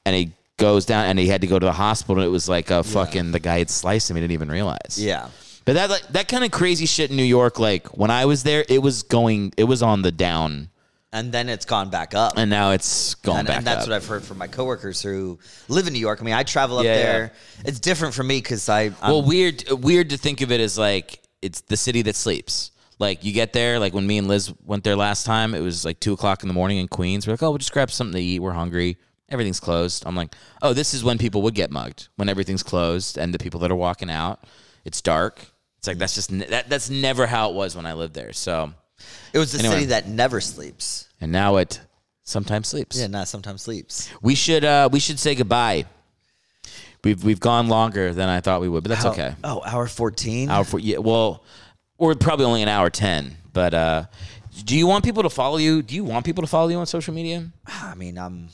S2: and he goes down and he had to go to the hospital. And it was like a fucking the guy had sliced him. He didn't even realize.
S3: yeah.
S2: But that like that kind of crazy shit in New York, like when I was there, it was going, it was on the down,
S3: And then it's gone back up.
S2: and now it's gone
S3: and,
S2: back
S3: and that's
S2: up.
S3: what I've heard from my coworkers who live in New York. I mean, I travel up
S2: Yeah,
S3: there. It's different for me because I I'm,
S2: well, weird, weird to think of it as like it's the city that sleeps. Like you get there, like when me and Liz went there last time, it was like two o'clock in the morning in Queens. We're like, oh, we'll just grab something to eat. We're hungry. Everything's closed. I'm like, oh, this is when people would get mugged when everything's closed and the people that are walking out. It's dark. It's like that's just ne- that, that's never how it was when I lived there. So
S3: It was the
S2: Anyway.
S3: city that never sleeps.
S2: And now it sometimes sleeps.
S3: Yeah, not sometimes sleeps.
S2: We should uh, we should say goodbye. We've we've gone longer than I thought we would, but that's okay.
S3: Oh, hour 14?
S2: Hour four, yeah, well, we're probably only an hour ten. But uh, do you want people to follow you? Do you want people to follow you on social media?
S3: I mean, I'm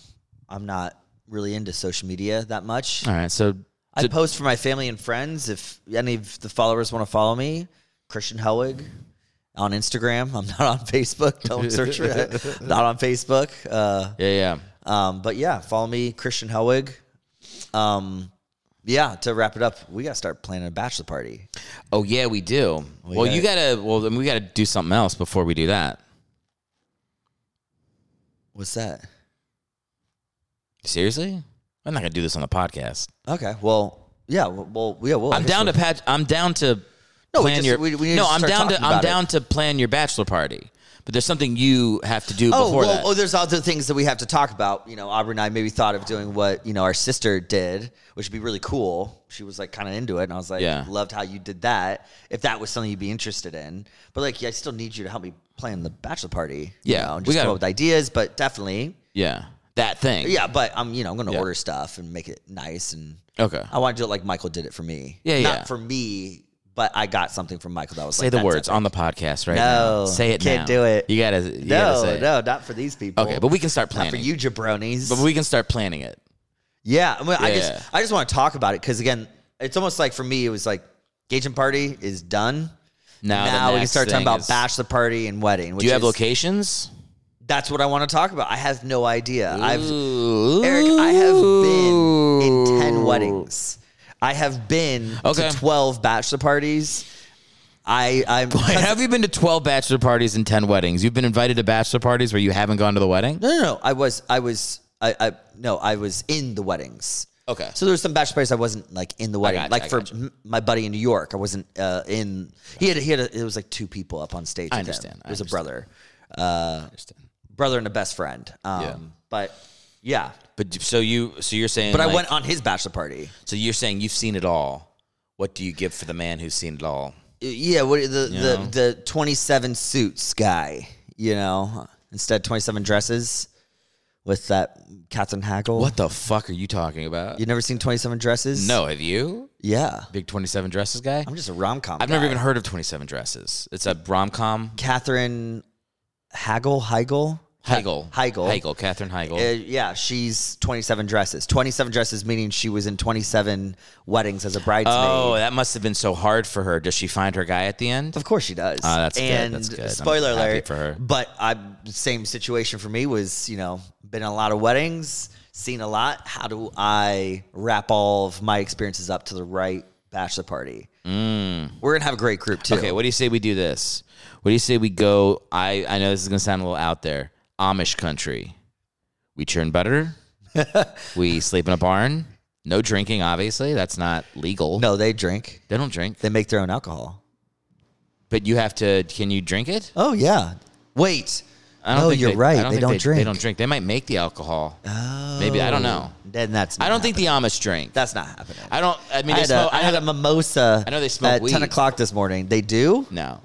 S3: I'm not really into social media that much.
S2: All right, so
S3: I post for my family and friends. If any of the followers want to follow me, Christian Helwig on Instagram. I'm not on Facebook. Don't search for it. Not on Facebook. Uh,
S2: yeah, yeah.
S3: um, but yeah, follow me, Christian Helwig. Um, yeah, to wrap it up, we got to start planning a bachelor party.
S2: Oh yeah, we do. well, you gotta. Well, then we gotta do something else before we do that.
S3: What's that?
S2: Seriously, I'm not gonna do this on the podcast.
S3: Okay. Well, yeah. w- Well, yeah. Well,
S2: I'm down to patch. I'm down to
S3: No, we
S2: plan
S3: just-
S2: your.
S3: we- we need
S2: no,
S3: to
S2: I'm
S3: start
S2: down to.
S3: talking
S2: I'm
S3: about it.
S2: down to plan your bachelor party. But there's something you have to do
S3: Oh,
S2: before
S3: well,
S2: that.
S3: oh, there's other things that we have to talk about. You know, Aubrey and I maybe thought of doing what you know our sister did, which would be really cool. She was like kind of into it, and I was like,
S2: Yeah.
S3: loved how you did that. If that was something you'd be interested in, but like, yeah, I still need you to help me plan the bachelor party. you
S2: Yeah,
S3: know, and
S2: we
S3: just come
S2: gotta-
S3: up with ideas, but definitely,
S2: yeah, that thing.
S3: yeah. But I'm, you know, I'm gonna
S2: Yeah.
S3: order stuff and make it nice, and
S2: Okay.
S3: I want to do it like Michael did it for me.
S2: Yeah,
S3: not
S2: yeah.
S3: for me, but I got something from Michael that was
S2: Say
S3: like,
S2: the
S3: that's
S2: words
S3: epic.
S2: on the podcast right now.
S3: No,
S2: Say it
S3: can't
S2: now.
S3: do it.
S2: You gotta. You gotta
S3: No,
S2: say it.
S3: no, not for these people.
S2: Okay, but we can start
S3: Not for
S2: planning.
S3: you jabronis.
S2: But we can start planning it.
S3: Yeah, I, mean, I
S2: Yeah.
S3: just I just want to talk about it because again, it's almost like for me it was like engagement party is done.
S2: Now, the
S3: now we can
S2: next
S3: start talking
S2: thing
S3: about
S2: is-
S3: bachelor party and wedding. Which
S2: Do you have
S3: is-
S2: locations?
S3: That's what I want to talk about. I have no idea. I've
S2: Ooh.
S3: Eric, I have been in ten weddings. I have been
S2: Okay.
S3: to twelve bachelor parties. I I'm
S2: Have you been to 12 bachelor parties and 10 weddings? You've been invited to bachelor parties where you haven't gone to the wedding?
S3: no no no. I was I was I, I no I was in the weddings.
S2: Okay.
S3: So there was some bachelor parties I wasn't like in the wedding.
S2: gotcha, I
S3: like for
S2: gotcha.
S3: m- my buddy in New York, I wasn't uh, in. He had he had a, it was like two people up on stage.
S2: I
S3: with him.
S2: understand, I
S3: It was
S2: understand.
S3: a brother, uh, brother and a best friend. Um,
S2: Yeah.
S3: But yeah,
S2: But so you so you're saying
S3: but I
S2: like-
S3: went on his bachelor party.
S2: So you're saying you've seen it all. What do you give for the man who's seen it all?
S3: Yeah, what the
S2: know?
S3: the the twenty seven suits guy. You know, instead twenty seven dresses with that Catherine Hagel.
S2: What the fuck are you talking about?
S3: You never seen twenty seven dresses?
S2: no, have you?
S3: Yeah,
S2: Big 27 dresses guy?
S3: I'm just a rom com.
S2: I've never even heard of 27 dresses. It's a rom-com.
S3: Catherine Hagel Hagel.
S2: Heigl.
S3: Heigl.
S2: Heigl. Catherine Heigl.
S3: Uh, yeah, she's 27 dresses. 27 dresses meaning she was in 27 weddings as a bridesmaid.
S2: oh, that must have been so hard for her. Does she find her guy at the end?
S3: Of course she does.
S2: Ah, that's good,
S3: and
S2: that's good. I'm
S3: Spoiler
S2: happy
S3: alert
S2: for her.
S3: But I same situation for me was you know been in a lot of weddings, seen a lot. How do I wrap all of my experiences up to the right bachelor party? We're gonna have a great group too.
S2: Mm. Okay, what do you say we do this? What do you say we go? I, I know this is going to sound a little out there. Amish country. We churn butter. we sleep in a barn. No drinking, obviously. That's not legal.
S3: no, they drink.
S2: They don't drink.
S3: They make their own alcohol.
S2: But you have to. Can you drink it?
S3: Oh yeah. Wait.
S2: I don't
S3: no,
S2: think
S3: you're
S2: they-
S3: right.
S2: I don't
S3: they
S2: think
S3: don't
S2: they,
S3: drink. Oh.
S2: They don't drink. They might make the alcohol. Maybe I don't know.
S3: Then that's. Not
S2: I don't think the Amish drink.
S3: that's not happening.
S2: I don't. I mean,
S3: I
S2: they
S3: had, a,
S2: smoke.
S3: I had a mimosa.
S2: I know they smoke
S3: at
S2: weed.
S3: ten o'clock this morning. They do.
S2: no.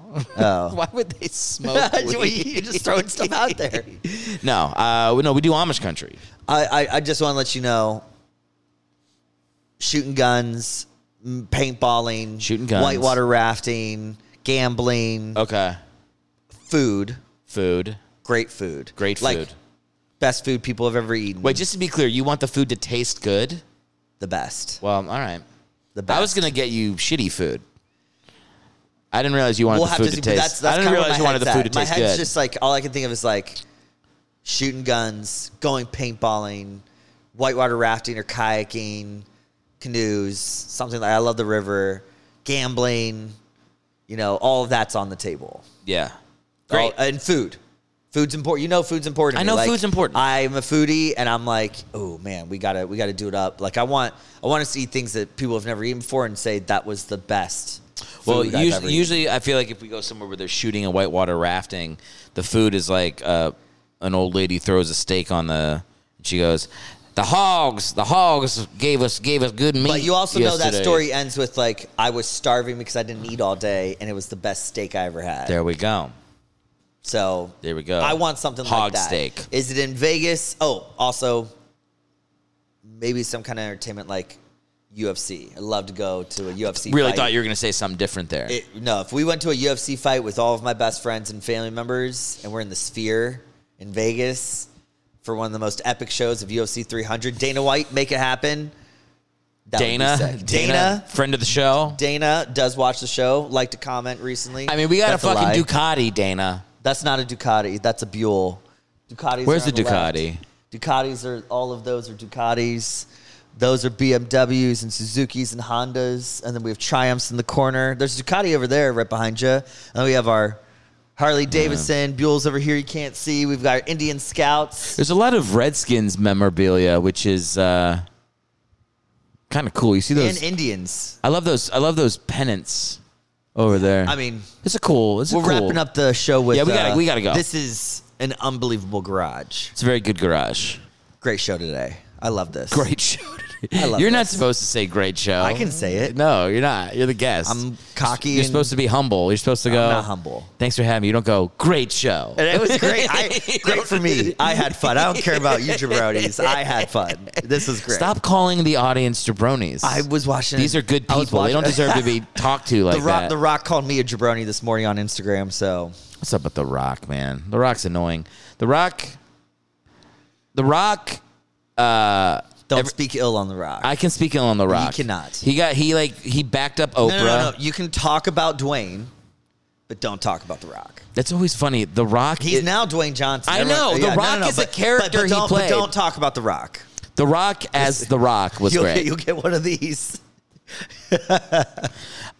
S3: Oh.
S2: Why would they smoke? weed?
S3: You're just throwing stuff out there.
S2: no. Uh, no. We do Amish country.
S3: I, I, I just want to let you know. Shooting guns, mm, paintballing,
S2: Shooting guns.
S3: whitewater rafting, gambling,
S2: Okay.
S3: food,
S2: Food.
S3: great food,
S2: Great
S3: like,
S2: food.
S3: best food people have ever eaten.
S2: Wait, just to be clear, you want the food to taste good?
S3: the best,
S2: Well, all right.
S3: the best.
S2: I was gonna get you shitty food. I didn't realize you wanted
S3: we'll
S2: the
S3: have
S2: food
S3: to
S2: to,
S3: see. but
S2: taste.
S3: That's, that's
S2: I didn't
S3: kinda where
S2: realize
S3: my
S2: you wanted the
S3: head's
S2: food to
S3: at. My
S2: taste
S3: head's
S2: good.
S3: just like all I can think of is like shooting guns, going paintballing, whitewater rafting or kayaking, canoes, something like I love the river, gambling. You know, all of that's on the table.
S2: yeah. Great.
S3: All- and food. Food's important. You know, food's important. to
S2: I
S3: me.
S2: know
S3: Like,
S2: food's important.
S3: I'm a foodie, and I'm like, oh man, we gotta we gotta do it up. Like I want I want us to eat things that people have never eaten before, and say that was the best.
S2: Well,
S3: food I've
S2: usually,
S3: ever eaten.
S2: usually I feel like if we go somewhere where they're shooting and whitewater rafting, the food is like uh, an old lady throws a steak on the. She goes, "The hogs, the hogs gave us gave us good meat."
S3: But you also know that
S2: yesterday."
S3: story ends with like I was starving because I didn't eat all day, and it was the best steak I ever had.
S2: There we go.
S3: So
S2: There we go.
S3: I want something
S2: Hog
S3: like that.
S2: steak.
S3: Is it in Vegas? Oh, also maybe some kind of entertainment like UFC. I love to go to a UFC.
S2: Really
S3: fight.
S2: thought you were going to say something different there.
S3: It, no, if we went to a UFC fight with all of my best friends and family members, and we're in the Sphere in Vegas for one of the most epic shows of UFC 300, Dana White, make it happen. That would be
S2: Dana,
S3: sick.
S2: Dana,
S3: Dana,
S2: friend of the show.
S3: Dana does watch the show. Liked to comment recently.
S2: I mean, we got
S3: That's
S2: a fucking
S3: lie.
S2: Ducati, Dana.
S3: That's not a Ducati. That's a Buell. Ducatis.
S2: Where's
S3: are on
S2: the
S3: left.
S2: Ducati?
S3: Ducatis are all of those are Ducatis. Those are BMWs and Suzukis and Hondas, and then we have Triumphs in the corner. There's a Ducati over there, right behind you. And then we have our Harley Davidson Buells over here. You can't see. We've got our Indian Scouts.
S2: There's a lot of Redskins memorabilia, which is uh, kind of cool. You see
S3: And
S2: those?
S3: Indians.
S2: I love those. I love those pennants over there.
S3: I mean,
S2: it's a cool. It's a
S3: we're
S2: cool-
S3: wrapping up the show with.
S2: Yeah, we gotta-
S3: uh,
S2: we gotta go.
S3: This is an unbelievable garage.
S2: It's a very good garage.
S3: Great show today. I love this.
S2: Great show.
S3: I love
S2: you're not
S3: this.
S2: supposed to say great show.
S3: I can say it.
S2: No, you're not. You're the guest.
S3: I'm cocky
S2: You're
S3: and-
S2: supposed to be humble. You're supposed to go.
S3: not humble.
S2: Thanks for having me. You don't go. Great show.
S3: And it was great. I, great for me. I had fun. I don't care about you jabronis. I had fun. This was great.
S2: Stop calling the audience jabronis.
S3: I was watching.
S2: These are good
S3: I was
S2: people. They don't
S3: watching-
S2: deserve to be talked to like
S3: the Rock,
S2: that.
S3: the Rock called me a jabroni this morning on Instagram. So
S2: What's up with The Rock, man? The Rock's annoying. The Rock. The Rock.
S3: don't
S2: Every-
S3: speak ill on The Rock.
S2: I can speak ill on The Rock.
S3: cannot.
S2: He got. He like. He backed up Oprah.
S3: no, no, no, no. You can talk about Dwayne, but don't talk about The Rock.
S2: That's always funny. The Rock.
S3: He's
S2: it-
S3: now Dwayne Johnson.
S2: I know. The Rock is a character
S3: But,
S2: he
S3: don't,
S2: played.
S3: But don't talk about The Rock.
S2: The Rock as The Rock was
S3: You'll
S2: great.
S3: get, you'll get one of these.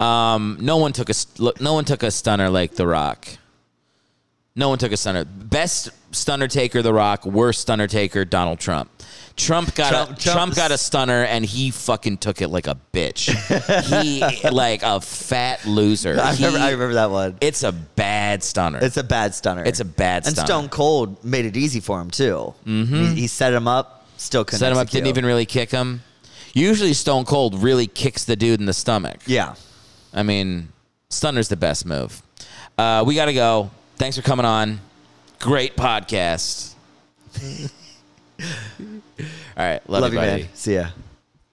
S2: no one took a st- no one took a stunner like The Rock. No one took a stunner. Best stunner taker, The Rock. Worst stunner taker, Donald Trump. Trump got
S3: Trump-
S2: a Trump
S3: Trump's-
S2: got a stunner, and he fucking took it like a bitch. he like a fat loser.
S3: I
S2: He-
S3: remember, I remember that one.
S2: It's a bad stunner.
S3: It's a bad stunner.
S2: It's a bad
S3: And
S2: stunner. Mm-hmm.
S3: Stone Cold made it easy for him too. He, he set him up, still couldn't.
S2: Set him up.
S3: execute.
S2: Didn't even really kick him. Usually, Stone Cold really kicks the dude in the stomach.
S3: Yeah.
S2: I mean, stunner's the best move. Uh, we got to go. Thanks for coming on. Great podcast. All right. Love,
S3: Love,
S2: you,
S3: you,
S2: buddy.
S3: man. See ya.